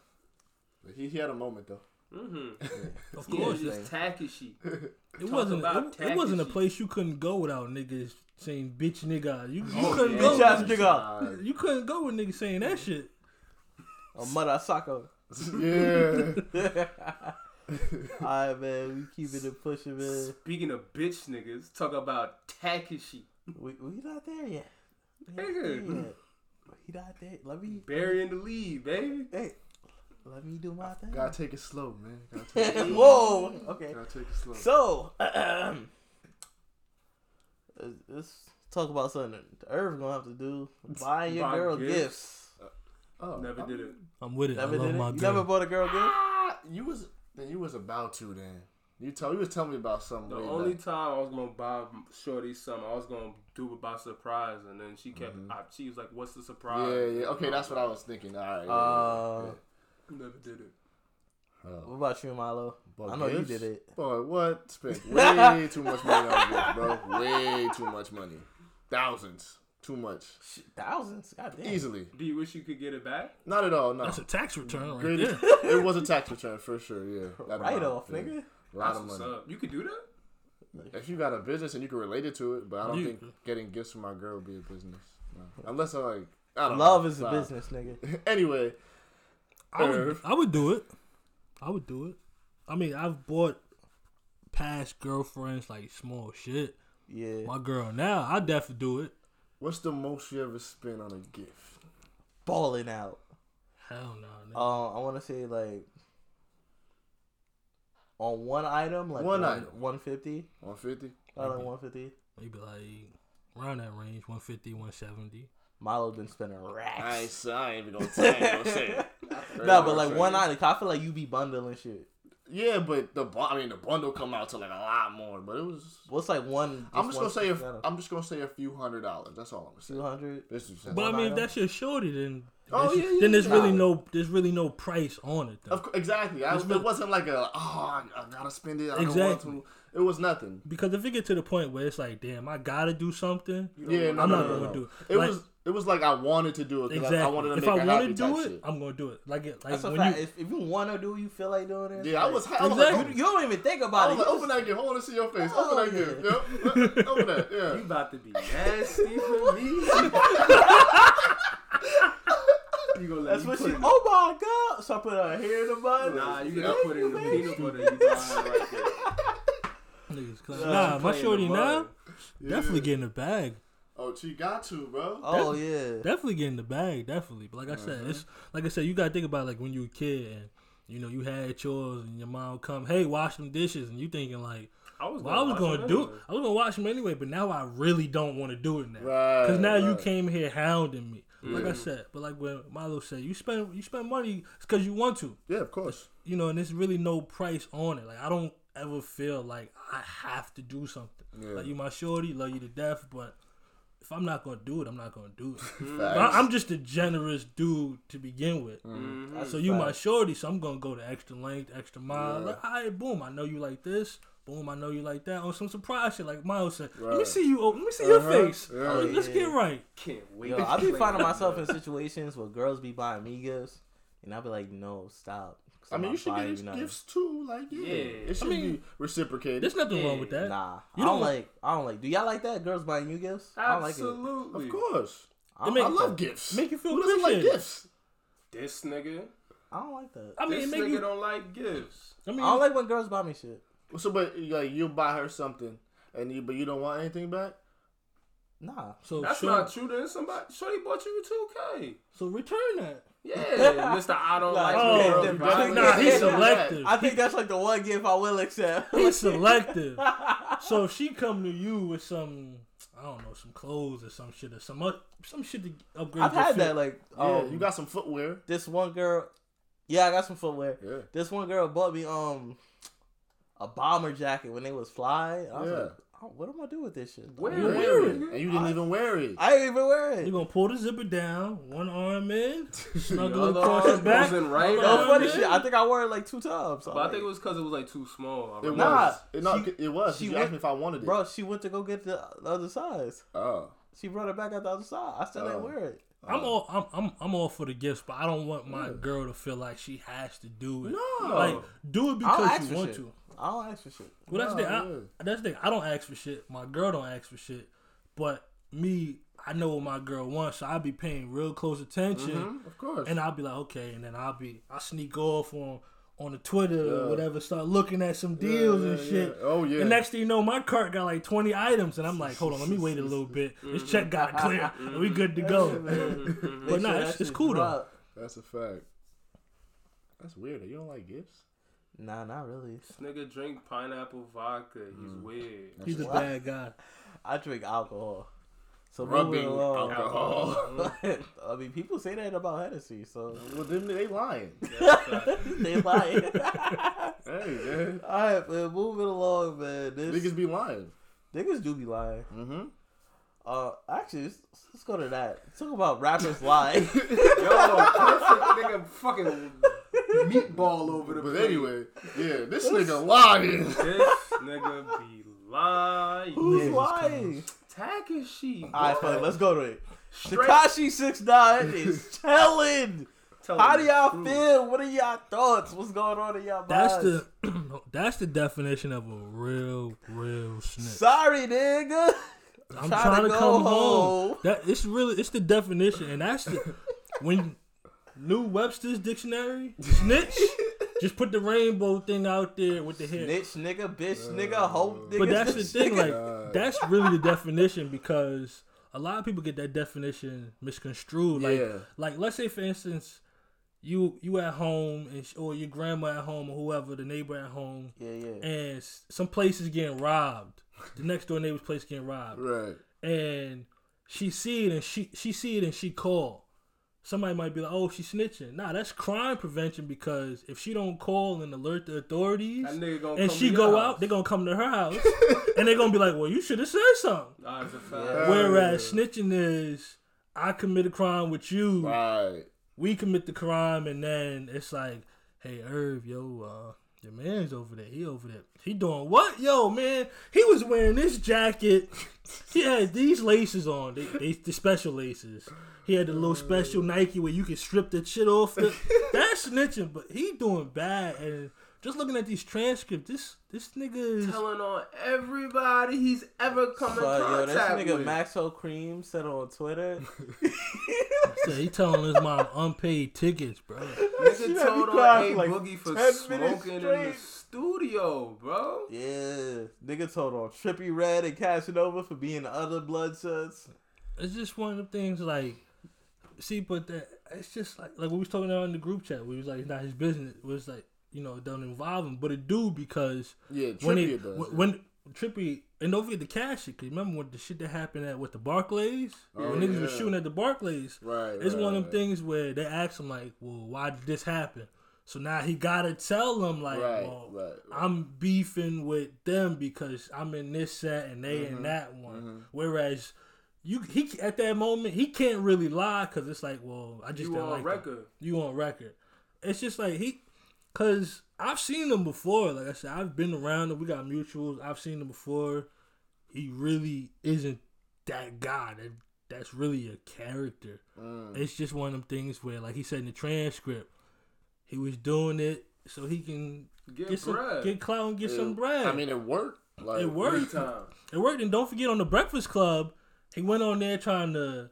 He, he had a moment though. Mm-hmm. of Yeah, course, just *laughs* Takeshi. it wasn't about it, it wasn't a Takashi. place you couldn't go without niggas saying bitch nigga. You, you Oh, couldn't yeah. Bitch ass go. nigga. God. You couldn't go with niggas saying that shit. A mother *laughs* sucker. *laughs* yeah. Alright man, we keep it and pushing man. Speaking of bitch niggas, talk about Takeshi. We we not there yet. We not Nigga. there yet. We not there. Let me Burying the lead, baby. hey, let me do my thing. Gotta take it slow, man. Gotta take it slow. Whoa. Okay. Gotta take it slow. So, *clears throat* let's- *laughs* let's talk about something that Irv gonna have to do. Buying your Buy girl gifts. gifts. Oh, Never I did mean, it. I'm with it. Never I love did it. my You girl. never bought a girl gift. Ah, you was then you was about to then. You tell you was telling me about something. The way only back. time I was gonna buy Shorty something, I was gonna do it by surprise, and then she kept. I, she was like, "What's the surprise?" Mm-hmm. yeah, yeah. Okay, that's what I was thinking. All right. yeah, Uh, yeah, Never did it. yeah. Oh. What about you, Milo? But I know you gifts? did it. Boy, what? *laughs* Spent way too much money on gifts, bro. Way too much money. Thousands. Too much. Shit, Thousands, goddamn. Easily. Do you wish you could get it back? Not at all. No. *laughs* That's a tax return right Greatest- there. it was a tax return for sure. Yeah. That'd be Right mine, off, yeah. nigga. A lot That's of what's money. up. You could do that. If you got a business and you can relate it to it, but I don't You- think getting gifts from my girl would be a business. No. Unless I like. I don't Love know. is a Nah. business, nigga. *laughs* anyway, I would, Irv. I would do it. I would do it. I mean, I've bought past girlfriends like small shit. Yeah. My girl now, I definitely do it. what's the most you ever spent on a gift? Balling out. Hell no. nigga. Uh, I want to say like on one item, like One one item. one fifty, One fifty. probably one fifty. Maybe like around that range, 150, 170. Milo been spending racks. I ain't, I ain't even gonna tell you. *laughs* I'm saying. No, nah, but like one item. 'cause I feel like you be bundling shit. Yeah, but the bu- I mean the bundle come out to like a lot more, but it was. What's like one? I'm just gonna say a a, I'm just gonna say a few hundred dollars. That's all I'm gonna say. two hundred. This is But I mean, item? if that's your shorty, then Oh, there's- yeah, yeah, then there's yeah. really no there's really no price on it though. of, cou- exactly. I, It's not- it wasn't like a oh I, I gotta spend it. I Exactly. don't want to. It was nothing. because if it get to the point where it's like, damn, I gotta do something, Yeah, no, I'm no, not no, gonna no. do it. it. Like- was it was like I wanted to do it. 'cause exactly. I, I wanted to if make I her want happy to type do it, shit. I'm gonna do it. Like it, like That's a when fact. you, if, if you want to do it, you feel like doing it. Yeah, I was. I was like, oh. Exactly. You don't even think I about was it. like, You open that gift. I want to see your face. Oh, Open that gift. Yep. Open that. *laughs* You Yeah. about to be nasty *laughs* for me? you gonna let That's me what put she. it- Oh my god! So I put her hair in the bun. Nah, you Yep. gotta put it *laughs* in the peanut butter you buying right there. niggas, 'cause- She nah, my playing shorty the now butter. Yeah. definitely get in the bag. Oh, she got to, bro. Oh yeah. Definitely get in the bag. Definitely. But like I said, Uh-huh. it's like I said, you gotta think about like when you were a kid and you know you had chores and your mom would come, hey, wash them dishes, and you thinking like, I was well, I was watch gonna it do, anyway. I was gonna wash them anyway, but now I really don't want to do it now. Right, Cause now you right. came here hounding me. Like I said, but like when Milo said, you spend you spend money because you want to, Yeah, of course. you know, and there's really no price on it. Like I don't ever feel like I have to do something. Yeah. Like you my shorty, love you to death, but if I'm not gonna do it, I'm not gonna do it. Facts. I, I'm just a generous dude to begin with. Mm-hmm. Mm-hmm. So you my shorty, so I'm gonna go the extra length, extra mile. Like, all right, boom, I know you like this. Boom, I know you like that. On some surprise shit, like Miles said, let me Right. see you. oh, Let me see Uh-huh. your face. Yeah. Like, Let's get right. Can't wait. Yo, to I be play finding with myself you. in situations where girls be buying me gifts, and I be like, no, stop. 'Cause I I'm mean, not you should buying get you nothing. gifts too. Like, yeah, Yeah. it should mean, be reciprocated. There's nothing wrong Yeah. with that. Nah, You I don't don't- like. I don't like. Do y'all like that? Girls buying you gifts? I don't like it. Absolutely. of course, I don't It I like love that. gifts. Make you feel Who doesn't like appreciated. gifts? This nigga. I don't like that. I mean, this it make nigga you. don't like gifts. I mean, I don't like when girls buy me shit. So, but like, you buy her something, and you but you don't want anything back. Nah. so That's Oh, sure- not true. Then somebody, Shorty bought you a 2K. So return that. *laughs* Yeah, Mister, I don't like Oh, girls them buying big- me Nah, he's shit. *laughs* Yeah. selective. I think that's like the one gift I will accept. He's selective. so if she come to you with some, I don't know, some clothes or some shit or some up- some shit to upgrade. *laughs* I've your had fit. that. Like, Yeah, um, Oh. you got some footwear. this one girl. Yeah, I got some footwear. Yeah, This one girl bought me um a bomber jacket when they was fly. I was Yeah. like, oh, what am I gonna do with this shit? Wear you it. wear it, and you didn't even wear it. I ain't even wear it. You're gonna pull the zipper down, one arm *laughs* in, snuggle other across your arm back. goes in other right up. No arm funny in. shit. I think I wore it like two times. I'm But I like, think it was because it was like too small. I It was. remember. it, no, it was. she you went- asked me if I wanted it. bro, she went to go get the the other size. Oh, She brought it back at the other side. I still Oh. didn't wear it. I'm all I'm, I'm I'm all for the gifts, but I don't want my girl to feel like she has to do it. No. like do it I don't because ask you for want shit. to. I don't ask for shit. Well, that's the thing. I, yeah. that's the thing. I don't ask for shit. My girl don't ask for shit. But me, I know what my girl wants, so I'll be paying real close attention, of course. and I'll be like, okay, and then I'll be I sneak off on on the Twitter or whatever, start looking at some deals and yeah, shit. yeah. Oh, yeah. And next thing you know, my cart got like twenty items, and I'm like, hold on, let me wait a little bit. This check got to clear, and *laughs* we good to go. *laughs* but Shit, nah, that it's, it's shit cool though. drop. That's a fact. That's weird. You don't like gifts. Nah, not really. This nigga drink *laughs* Mm. pineapple vodka. He's weird. He's a bad guy. I drink alcohol. So Rubbing moving along. alcohol. *laughs* I mean, people say that about Hennessy, so *laughs* well, then they lying. they lying. *laughs* Hey, man. All right, man, moving along, man. This, Niggas be lying. niggas do be lying. Mm-hmm. Uh, actually, let's, let's go to that. Talk about rappers lying. *laughs* Yo, perfect nigga fucking *laughs* meatball over the But plate. anyway, yeah, this nigga lying. This nigga be lying. Who's Niggas lying? Takashi. All right, fuck, let's go to it. Straight Takashi Six *laughs* Nine is chilling. telling How do y'all the truth. feel? What are y'all thoughts? What's going on in y'all That's minds? the *clears throat* that's the definition of a real, real snitch. Sorry, nigga. I'm tryna trying to go come home. home. That it's really it's the definition, and that's *laughs* the when New Webster's dictionary *laughs* snitch. just put the rainbow thing out there with the head. Snitch, nigga, bitch, Uh, nigga, hope, nigga. But that's the snitch, thing, nigga. like that's really the definition because a lot of people get that definition misconstrued. Like, Yeah. like let's say for instance, you you at home and sh- or your grandma at home or whoever the neighbor at home, *laughs* yeah, yeah. and s- some place is getting robbed. The next door neighbor's place getting robbed, Right. and she see it and she she see it and she call. Somebody might be like, "Oh, she's snitching." Nah, that's crime prevention because if she don't call and alert the authorities, That nigga gonna and come she to go your out, house. they're gonna come to her *laughs* house, and they're gonna be like, "Well, you should have said something." Nah, it's a fact. Yeah. Whereas snitching is, I commit a crime with you, Right. we commit the crime, and then it's like, "Hey, Irv, yo, uh, your man's over there. He over there. He doing what, yo, man? He was wearing this jacket. *laughs* He had these laces on. They, they the special laces." He had the little special Nike where you can strip the shit off. The, that's snitching, but he doing bad. And just looking at these transcripts, this this nigga is Telling on everybody he's ever come in But yo, this contact nigga with. Maxo Cream said on *laughs* Twitter, So he telling his mom unpaid tickets, bro. She Nigga had me told on crying A for like Boogie for 10 minutes smoking in the straight. studio, bro. yeah, nigga told on Trippy Red and Casanova for being the other blood suds. It's just one of the things like, see, but that it's just like like we was talking about in the group chat. We was like, it's not his business. It was like you know it don't involve him, but it do because Yeah, when Trippie it does. when, when Trippy and don't forget the cash shit. 'cause remember when the shit that happened at with the Barclays when niggas was Oh, yeah. shooting at the Barclays. right. It's right, one of right. them things where they ask him like, "Well, why did this happen?" So now he gotta tell them like, Right, "Well, right, right. I'm beefing with them because I'm in this set and they Mm-hmm. in that one." Whereas you, he at that moment he can't really lie because it's like, "Well, I just You didn't on like them. record. You on record?" It's just like he, because I've seen him before. Like I said, I've been around him. We got mutuals. I've seen him before. He really isn't that guy. That that's really a character. Mm. It's just one of them things where, like he said in the transcript, he was doing it so he can Get, get some, bread. get clout and get some bread. I mean, it worked. Like, it Every worked. time. It worked. And don't forget on the Breakfast Club, he went on there trying to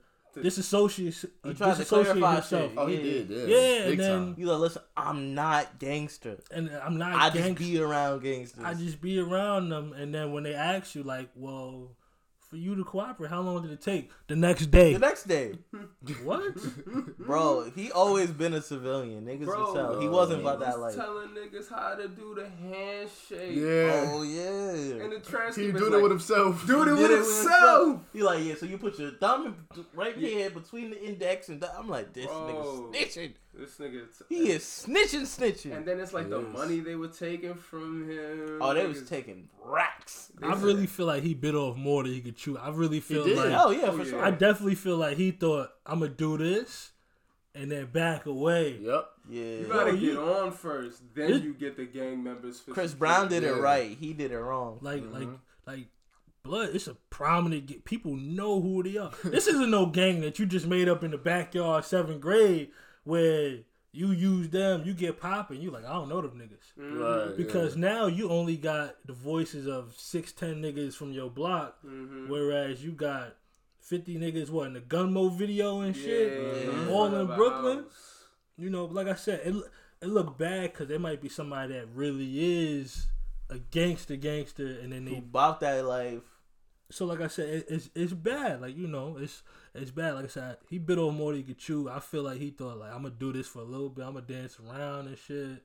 disassociate, uh, He tried to disassociate clarify himself. Oh, he Yeah. did. Yeah. Yeah, Big and then- time. You like, listen, I'm not gangster. And I'm not I gangsta. just be around gangsters. I just be around them, and then when they ask you, like, well, for you to cooperate, how long did it take? The next day. the next day, what? bro, he always been a civilian. Niggas Bro, can tell. He wasn't about was that life. telling niggas how to do the handshake. Yeah. Oh yeah. And the he transcript doing is it like, with himself. Doing it Did with it with himself. He like, yeah, so you put your thumb in- right here between the index and thumb. I'm like, this Bro. nigga snitching. This nigga. He is snitching, snitching. And then it's like the Yes. money they were taking from him. oh, they was Niggas- taking racks. they I said- really feel like he bit off more than he could chew. I really feel did. like Oh yeah, Oh, for yeah. sure. I definitely feel like he thought I'm gonna do this, and then back away. Yep. yeah. You gotta Yo, you- get on first, then It- you get the gang members. For Chris Brown did it Yeah. right. He did it wrong. Like Mm-hmm. like like blood. It's a prominent. Get, people know who they *laughs* are. this isn't no gang that you just made up in the backyard seventh grade where you use them. You get popping. You like I don't know them niggas. Mm-hmm. Right. Because now you only got the voices of six ten niggas from your block, Mm-hmm. whereas you got fifty niggas what in the Gunmo video and shit, Yeah. all in Whatever Brooklyn. house. You know, like I said, it loo- it look bad because there might be somebody that really is a gangster gangster, and then Who they bought that life? so like I said, it, it's it's bad. Like you know, it's it's bad. Like I said, he bit off more than he could chew. I feel like he thought like I'm gonna do this for a little bit. I'm gonna dance around and shit,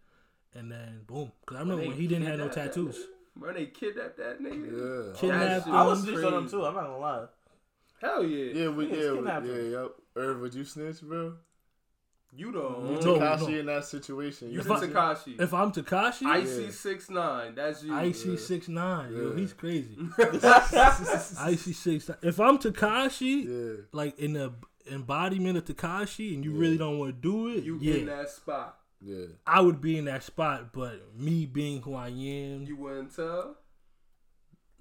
and then boom. Because I remember they when he didn't have no kidnapped that tattoos. nigga. When they kidnapped that nigga. Yeah. That Kidnapped shit him. I I was was *laughs* snitched on him too. I'm not gonna lie. Hell yeah. Yeah, we, Yeah, it's yeah, we, kidnapping. yeah, yep. Irv, would you snitch, bro? You the Mm-hmm. No, only- no. Takashi in that situation. You You the fuck- snitching? Takashi. If I'm Takashi, I, Icy six nine. That's you. *laughs* Icy six nine. Yo, Yeah. he's crazy. Icy six. If I'm Takashi, Yeah. like in the embodiment of Takashi, and you really don't want to do it, You yeah, in that spot. Yeah. I would be in that spot. But me being who I am, You wouldn't tell.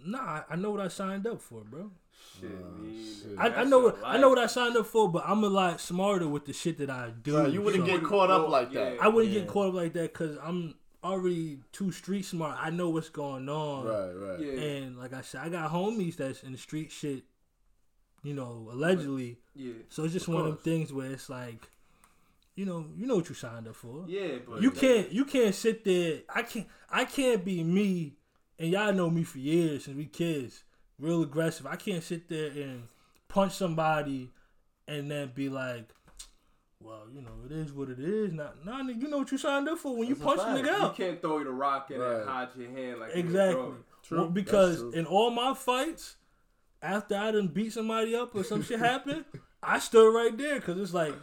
nah, I- I know what I signed up for, bro. Shit, man. shit. I, I That's know your what I life. know what I signed up for, but I'm a lot smarter with the shit that I do. Nah, you wouldn't so get caught up like Yeah. that. I wouldn't get Yeah. caught up like that because I'm already too street smart. I know what's going on, Right, right. Yeah. and like I said, I got homies that's in the street shit. You know, allegedly. Yeah. So it's just Of one of them course. things where it's like, you know, you know what you signed up for. Yeah, but You can't you can't sit there. I can't I can't be me and y'all know me for years since we kids. Real aggressive. I can't sit there and punch somebody and then be like, Well, you know, it is what it is. Not nah, nigga, you know what you signed up for when you That's a punch a fact. nigga You out. can't throw the rock and then Right. hide your hand like you gonna Exactly. throw it. True. Well, because That's true. in all my fights, after I done beat somebody up or some shit happened, I stood right there because it's like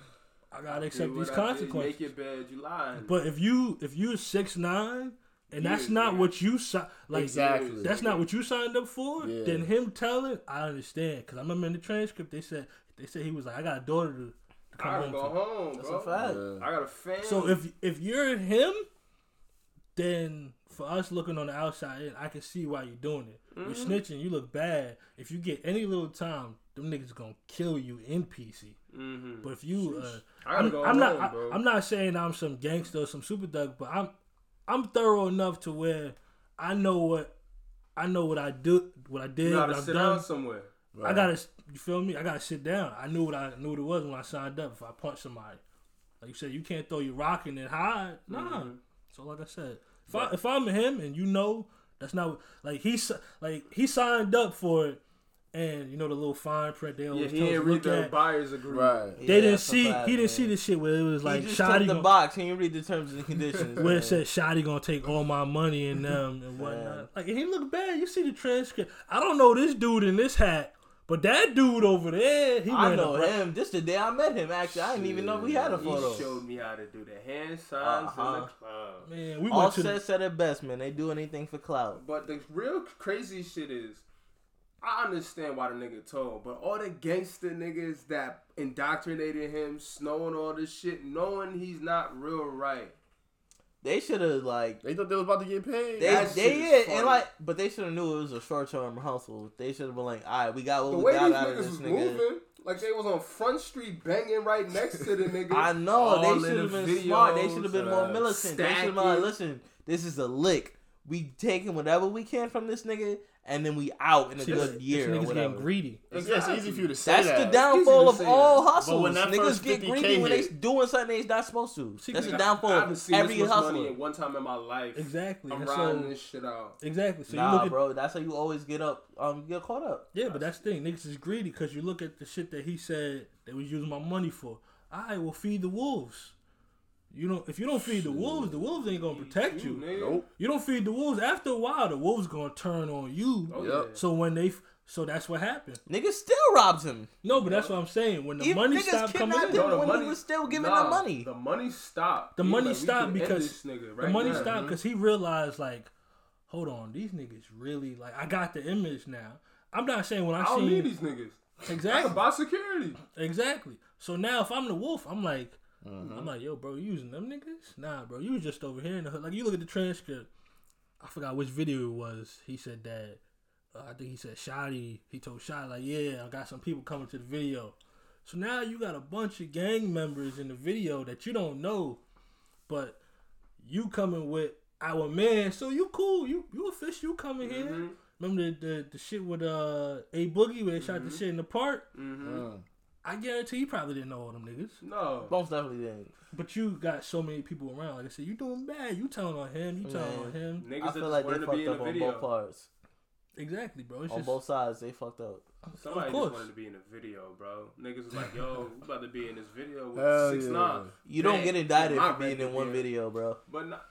I gotta accept Did these what I did, consequences. Make it bad. You lying. But if you if you're six nine and that's Yeah, not yeah. what you si- like Exactly. that's not what you signed up for, Yeah. then him telling I understand because I remember in the transcript they said they said he was like I got a daughter to, to come I gotta home. go to." home, That's bro. a fact. Yeah. I got a fan. So if if you're him, then for us looking on the outside, in, I can see why you're doing it. You're Mm-hmm. snitching. You look bad. If you get any little time, them niggas gonna kill you in PC. hmm But if you, uh, I gotta I'm, go I'm home, not, bro. I, am not saying I'm some gangster or some super thug, but I'm, I'm thorough enough to where I know what, I know what I do, what I did, you what gotta I've sit done. down somewhere. I gotta, you feel me? I gotta sit down. I knew what I knew what it was when I signed up. If I punch somebody, like you said, you can't throw your rock and then hide. Nah. Mm-hmm. So like I said, if I if I'm him and you know that's not what- like he si- like he signed up for it, and you know the little fine print they Yeah, always he tell us didn't to read look the at. buyer's agreement. Right. Yeah, They didn't that's a see. fact, he didn't man. see this shit where it was like he just took Shotty the gonna, box. He didn't read the terms and conditions. where man. it said Shotty gonna take all my money *laughs* and um and whatnot. Man. Like he looked bad. You see the transcript. I don't know this dude in this hat, but that dude over there, he I wearing know a bra- him. This the day I met him. Actually, I didn't even know we had a He photo. showed me how to do the hand signs in Uh-huh. the club. Man, we went to Offset the, said it best, man. They do anything for clout. But the real crazy shit is, I understand why the nigga told, but all the gangster niggas that indoctrinated him, snowing all this shit, knowing he's not real right. They should have like They thought they was about to get paid. they That shit they is yeah, funny. and like but they should have knew it was a short term hustle. They should have been like, all right, we got what The we way these got out of niggas this was nigga. moving, like they was on Front Street banging right next *laughs* to the nigga. I know All in they should have the been smart. They videos, should have been more uh, militant. They should have been like, stacking. listen, this is a lick. We taking whatever we can from this nigga, and then we out in a see, good this year or nigga's whatever. getting greedy. It's, it's easy for you to say That's that. the easy downfall to of say all that. hustles. But when that Niggas first get 50K greedy when they hit- doing something they not supposed to. See, That's the nigga, I downfall haven't of seen every this much money hustler. in one time in my life. Exactly. I'm and riding so, this shit out. exactly. So you Nah, look at bro, that's how you always get up. Um, get caught up. Yeah, but that's the thing. Niggas is greedy because you look at the shit that he said they was using my money for. I will feed the wolves. You know, if you don't feed the wolves, the wolves ain't gonna protect Ooh, you. nigga. Nope. You don't feed the wolves. After a while, the wolves gonna turn on you. Oh, Yep. yeah. So when they, f- so that's what happened. Niggas still robbed him. No, but that's what I'm saying. When the Even money niggas stopped coming kidnapped in, him. when he was still giving them money. The money stopped. the He money like, we stopped could end because this nigga the right money now. stopped because he realized like, hold on, these niggas really like. I got the image now. I'm not saying when I, I don't seen need these niggas. I exactly. can buy security. Exactly. So now if I'm the wolf, I'm like, I'm like, yo, bro, you using them niggas? Nah, bro, you was just over here in the hood. Like you look at the transcript. I forgot which video it was. He said that. Uh, I think he said Shotty. He told Shotty like, yeah, I got some people coming to the video. So now you got a bunch of gang members in the video that you don't know, but you coming with our man. So you cool. You you official. You coming here. Remember the, the, the shit with uh a boogie where they shot the shit in the park. Mm. I guarantee you probably didn't know all them niggas. No. Most definitely didn't. But you got so many people around. Like I said, you doing bad. You telling on him. You telling on Man. him. Niggas I that feel just like they wanted to be fucked in up the on both video. parts. Exactly, bro. It's On just both sides, they fucked up. Somebody of just course. wanted to be in the video, bro. Niggas was *laughs* like, yo, we about to be in this video with Hell six yeah. nine. You don't Man, get indicted my for being record in one deal. video, bro. But not,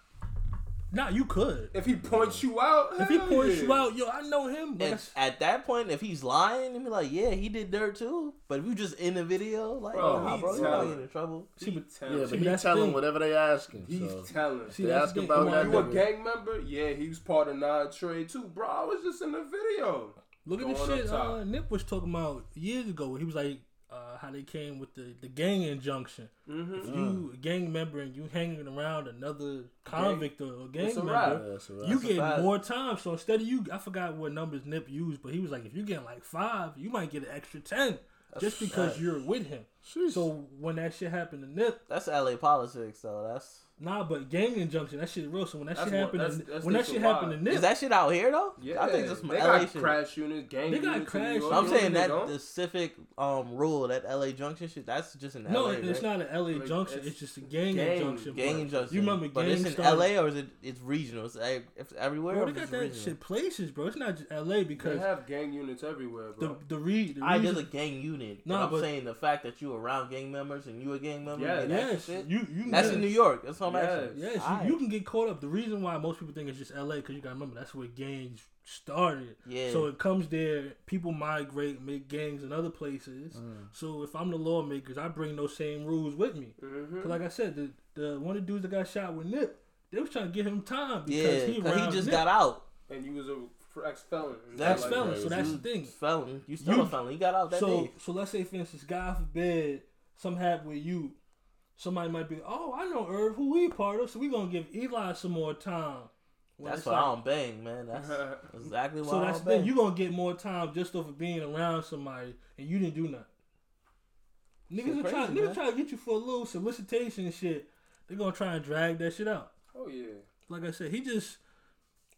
Nah, you could. If he points you out, If he hell points yeah. you out, yo, I know him. Like, And at that point, if he's lying, he'd be like, "Yeah, he did dirt too." But if you just in the video, like, Bro, nah, he bro, you're not telling. getting in trouble. he See, telling. Yeah, See, but he that's tell thing. him whatever they ask him. he's so. telling. See, They that's ask the thing. about Come that on, you you a nigga. gang member? Yeah, he was part of Nine Trade too, bro. I was just in the video. Look at the Going up shit top. uh, Nip was talking about years ago. He was like, uh, how they came with the, the gang injunction. Mm-hmm. If you a gang member and you hanging around another convict or a gang It's a member, wrap. Yeah, so you that's- get fact. more time. So instead of you, I forgot what numbers Nip used, but he was like, if you get like five, you might get an extra ten just because fact. you're with him. Sheesh. So when that shit happened to Nip, That's LA politics, though. That's nah, but gang injunction, that shit real. So when that That's shit what- happened, to, that's- Nip- that's when that shit happened to nationwide. Nip, is that shit out here though? Yeah, I think that's some they LA got shit. crash units, gang. They got units in New crash York. units. I'm You know saying what they that don't? specific um rule, that LA Junction shit, that's just in LA. no, right? it's not an LA Like, junction. it's It's, just a gang, gang- injunction. bro. Gang Junction. You remember but gang it's in started- LA or is it? It's regional. It's, e- it's everywhere. Bro, or they it's got that regional? shit places, bro. It's not just LA They because have gang units everywhere, the bro. the re the I Ah, there's a reason, gang unit. Nah, Nah, I'm but- saying the fact that you around gang members and you a gang member. Yeah, Yeah, yes, That shit, you you That's yes, in New York. That's all I'm Yes. asking. Yes, Aight. you, you can get caught up. The reason why most people think it's just LA because you got to remember that's where gangs started. Yeah. So it comes there. People migrate, make gangs in other places. Mm-hmm. So if I'm the lawmakers, I bring those same rules with me. Mhm. Mm-hmm. 'Cause like I said, the, the one of the dudes that got shot with Nip, they was trying to give him time yeah, because he cause around he just Nip. got out. And you was a ex felon. That's That's felon, that. so that's You the thing. Felon, you still You- a felon. He got out Mm-hmm. that so day. so let's say for instance, God forbid, something happened with you. Somebody might be, oh, I know Irv, who we part of, so we gonna give Eli some more time. When That's it's why like- I don't bang, man. That's *laughs* exactly why so I that's don't the thing. bang. You gonna get more time just off of being around somebody, and you didn't do nothing. Niggas are crazy, trying, man. niggas trying to get you for a little solicitation and shit. They gonna try and drag that shit out. *laughs* Oh yeah, Like I said, he just,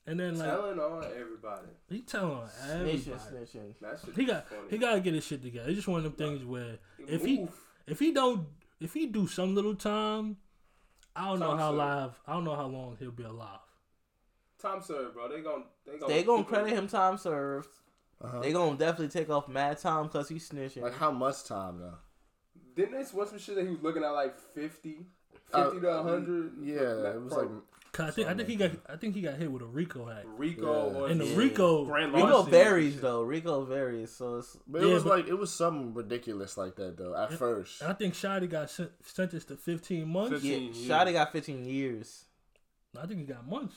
and then like telling on everybody. he telling everybody. snitching, snitching. That shit. He got funny. he gotta get his shit together. It's just one of them things where if he Oof. if he don't if he do some little time, I don't know Time how served. live I don't know how long he'll be alive. Time served, bro. They gon' they gon' They gonna credit him time served. Uh-huh. They gonna definitely take off mad time because he's snitching. Like how much time though? Didn't they want some shit that he was looking at like 50? 50 to Uh, 100? Yeah, it was like Cause I think I think he got I think he got hit with a Rico hack. Rico Yeah. or And the some Rico- grand Rico larceny. varies though. Rico varies, so it's But Yeah, it was but- like it was something ridiculous like that though. At first, And I think Shotty got sen- sentenced to 15 months. yeah. 15 years. Shotty got 15 years. I think he got months.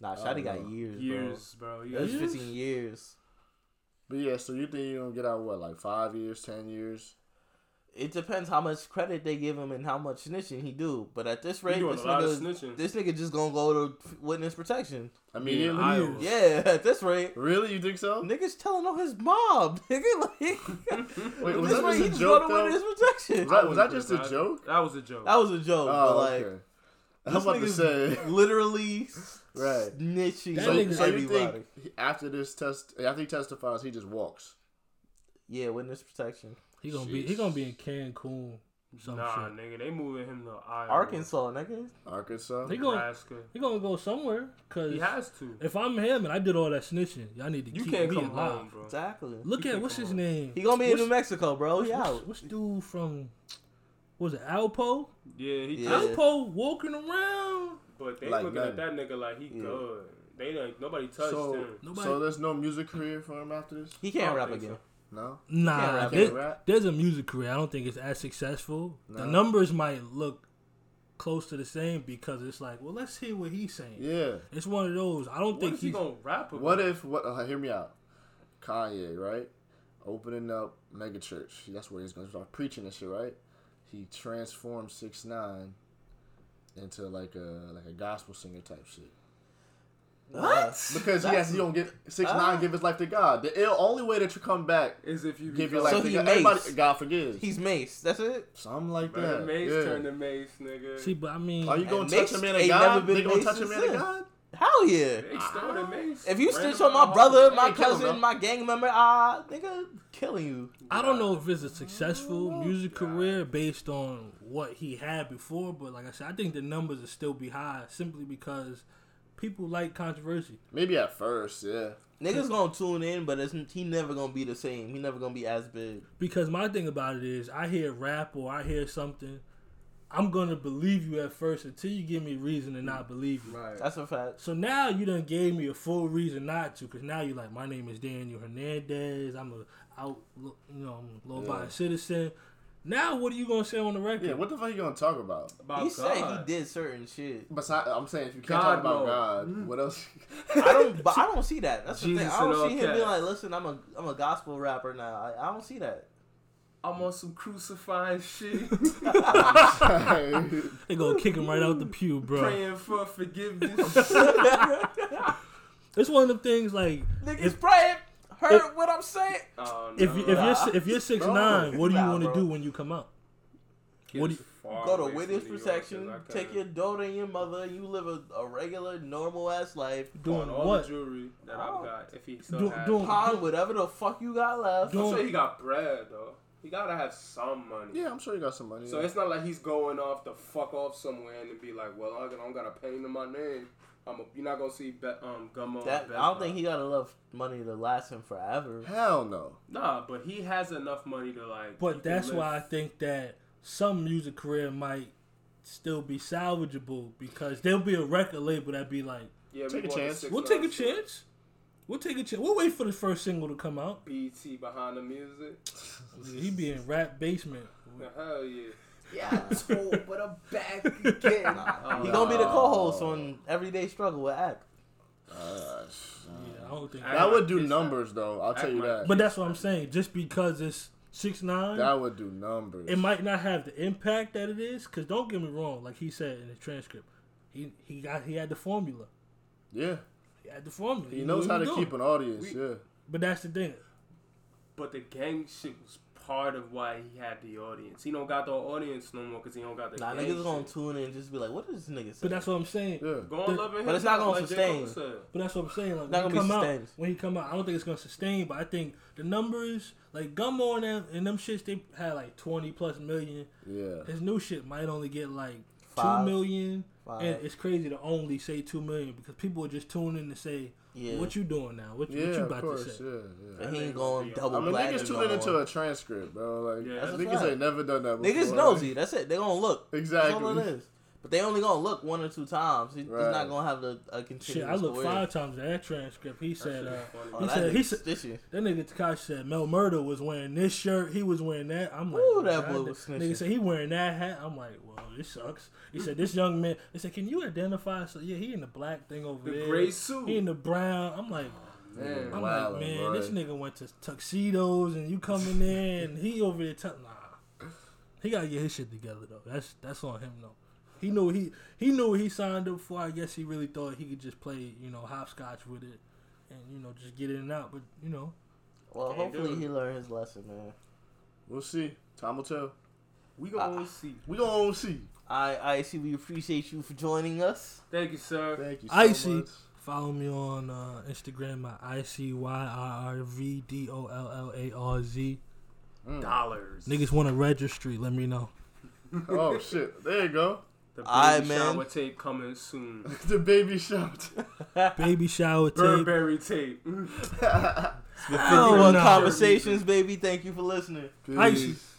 Nah, Shotty got Oh, no. years, Years, bro. bro. That's Yeah. Years? 15 years. but yeah. So you think you're gonna get out what like five years, ten years? It depends how much credit they give him and how much snitching he do. But at this rate, doing this a lot of nigga, snitching. this nigga just gonna go to witness *laughs* protection. Immediately. Iowa. Yeah, at this rate, Really? You think so? niggas telling on his mom. *laughs* Nigga, like Wait, was this that way, just a he's joke gonna though? win his Was protection. that, was that just a joke? That was a joke. That was a joke, but Oh, like *laughs* okay. I was about to this say. nigga's *laughs* literally Right. snitching That on nigga's- So you everybody. think he- after this test, after he testifies, he just walks? Yeah, witness protection. He gonna be he Jeez. gonna be in Cancun. Some Nah, shit. nigga. They moving him to Iowa. Arkansas, nigga. Arkansas. They gonna Nebraska. he gonna go somewhere. Cause He has to. if I'm him and I did all that snitching, y'all need to You keep can't me come alive. home, bro. Exactly. Look You at can't what's come his home. name. He gonna be in What's- New Mexico, bro. He What's- out. What's dude from? what Was it Alpo? Yeah, he Yeah. Alpo walking around. But they Like looking at that nothing. nigga like he Yeah. good. They like nobody touched So, him. Nobody- so there's no music career for him after this. He can't I don't rap think again. so. No. Nah, rap, there- can't rap. there's a music career. I don't think it's as successful. The No. numbers might look close to the same because it's like, well, let's hear what he's saying. Yeah. It's one of those. I don't What think is he he's. gonna rap about? What if? What? Uh, hear me out. Kanye, right? Opening up mega church. That's where he's gonna start preaching and shit, right? He transformed six nine into like a like a gospel singer type shit. What? Because he That's- has he don't give six nine give his life to God. The ill, only way that you come back is if you give your become- life So to he God. mates. Everybody, God forgives. He's Mace. That's it. Something like Bro, that that. mace yeah. turn to mace, nigga. See, but I mean, Are you gonna And touch Mace a man of ain't God? never been They gonna Mace touch a man of since. God? Hell yeah. They stole the mace. If you Ran snitch on around my brother, Hey, my kill him, cousin, bro. my gang member, ah, nigga, killing you. I don't know if it's a successful music career based on what he had before, but like I said, I think the numbers will still be high simply because people like controversy. Maybe at first, yeah. Niggas gonna tune in, but it's, he never gonna be the same. He never gonna be as big. Because my thing about it is, I hear rap or I hear something, I'm gonna believe you at first until you give me a reason to not believe you. Right. That's a fact. So now you done gave me a full reason not to, because now you're like, my name is Daniel Hernandez. I'm a out, you know, I'm a low body Yeah. citizen. Now what are you gonna say on the record? Yeah, what the fuck you gonna talk about? About he said he God. did certain shit. Besides, I'm saying if you can't God talk about mode. God, Mm. what else? I don't, but I don't see that. That's the Jesus thing. I and all don't see him being caps. like, "Listen, I'm a, I'm a gospel rapper now." I, I don't see that. I'm on some *laughs* crucifying shit, *laughs* They gonna kick him right out the pew, bro. praying *laughs* for forgiveness. It's one of them things like Niggas If- praying. Heard what I'm saying? oh, if you, if nah. you're si- if you're six nine, what do you Nah, want to bro. do when you come out? Get what do as you- far Go away to from witness New York protection. as I Take can. your daughter and your mother. and You live a, a regular, normal ass life. Doing on all what? the jewelry that Oh. I've got. If he still Do- has, doing- Pond whatever the fuck you got left. Doing- I'm sure he got bread though. He gotta have some money. yeah, I'm sure you got some money. So it's not like he's going off to fuck off somewhere and then be like, well, I don't got a penny to my name. I'm a, you're not gonna see be, um Gummo. on That Best I don't Buy. think he got enough money to last him forever. hell no. Nah, but he has enough money to like. you But can that's live- why I think that some music career might still be salvageable because there'll be a record label that be like, Yeah, we Take a want the chance. six we'll take a nines. chance. We'll take a chance. We'll wait for the first single to come out. BT behind the music. Nigga, He be in rap basement. Hell yeah. Yeah, but I'm back again. He gonna be the co-host on Everyday Struggle with Act. Yeah, I don't think. I- that would do It's- numbers though. I'll tell you that. But that's what I'm saying. Just because it's six nine, That would do numbers. it might not have the impact that it is. Cause don't get me wrong, like he said in the transcript, he he got he had the formula. Yeah, He had the formula. he knows how to keep it. an audience. We- yeah. But that's the thing. But the gang shit was part of why he had the audience. He don't got the audience no more because he don't got the. Nah, gang niggas shit. gonna tune in and just be like, "What is this nigga?" But Saying? that's what I'm saying. Yeah. Go on, The- loving him. but it's not gonna J. Cole sustain. said. But that's what I'm saying. Like Not when he gonna come be out, sustained. when he come out, I don't think it's gonna sustain. But I think the numbers, like Gummo and them, and them shits, they had like twenty plus million. Yeah. His new shit might only get like Five. two million, Five. and it's crazy to only say two million because people will just tune in to say, Yeah. "What you doing now? What, Yeah, what you of about to course. say?" Yeah, yeah. And he ain't niggas going be double I mean, black. niggas tuned into a transcript, bro. Like, Yeah, that's a niggas fact. ain't never done that before. Niggas *laughs* nosy. That's it. They gonna look. That's all it Exactly. is. But they only gonna look one or two times. He's Right. not gonna have a, a Shit, continuous. I looked career. five times at that transcript. He said, shit uh, is funny. Oh, he that said, he nigga's said, snitching. that nigga Takashi said Mel Murder was wearing this shirt. He was wearing that. I'm like, Ooh, that God boy da- was Nigga snitching. said he wearing that hat. I'm like, well, this sucks. He said this young man. They said, can you identify? So yeah, he in the black thing over The there. gray suit. He in the brown. I'm like, Man. I'm Wow, like, man, boy. this nigga went to tuxedos and you coming in and he over there. T- nah, he gotta get his shit together though. That's that's on him though. He knew he he knew what he signed up for. I guess he really thought he could just play you know hopscotch with it and you know just get in and out. But you know, Well, Can't do hopefully it. he learned his lesson, man. We'll see. Time will tell. We gonna see. We gonna see. I I see. We appreciate you for joining us. Thank you, sir. Thank you. So Icy. Much. follow me on uh, Instagram at i c y r r v d o l l a r z. Mm. Dollars. Niggas want a registry? Let me know. Oh shit! There you go. *laughs* The baby Aight, man. shower tape coming soon. the baby shout. Baby shower tape. Burberry tape. *laughs* Hell Fifty-one no. conversations, baby. Thank you for listening. Icy. Peace.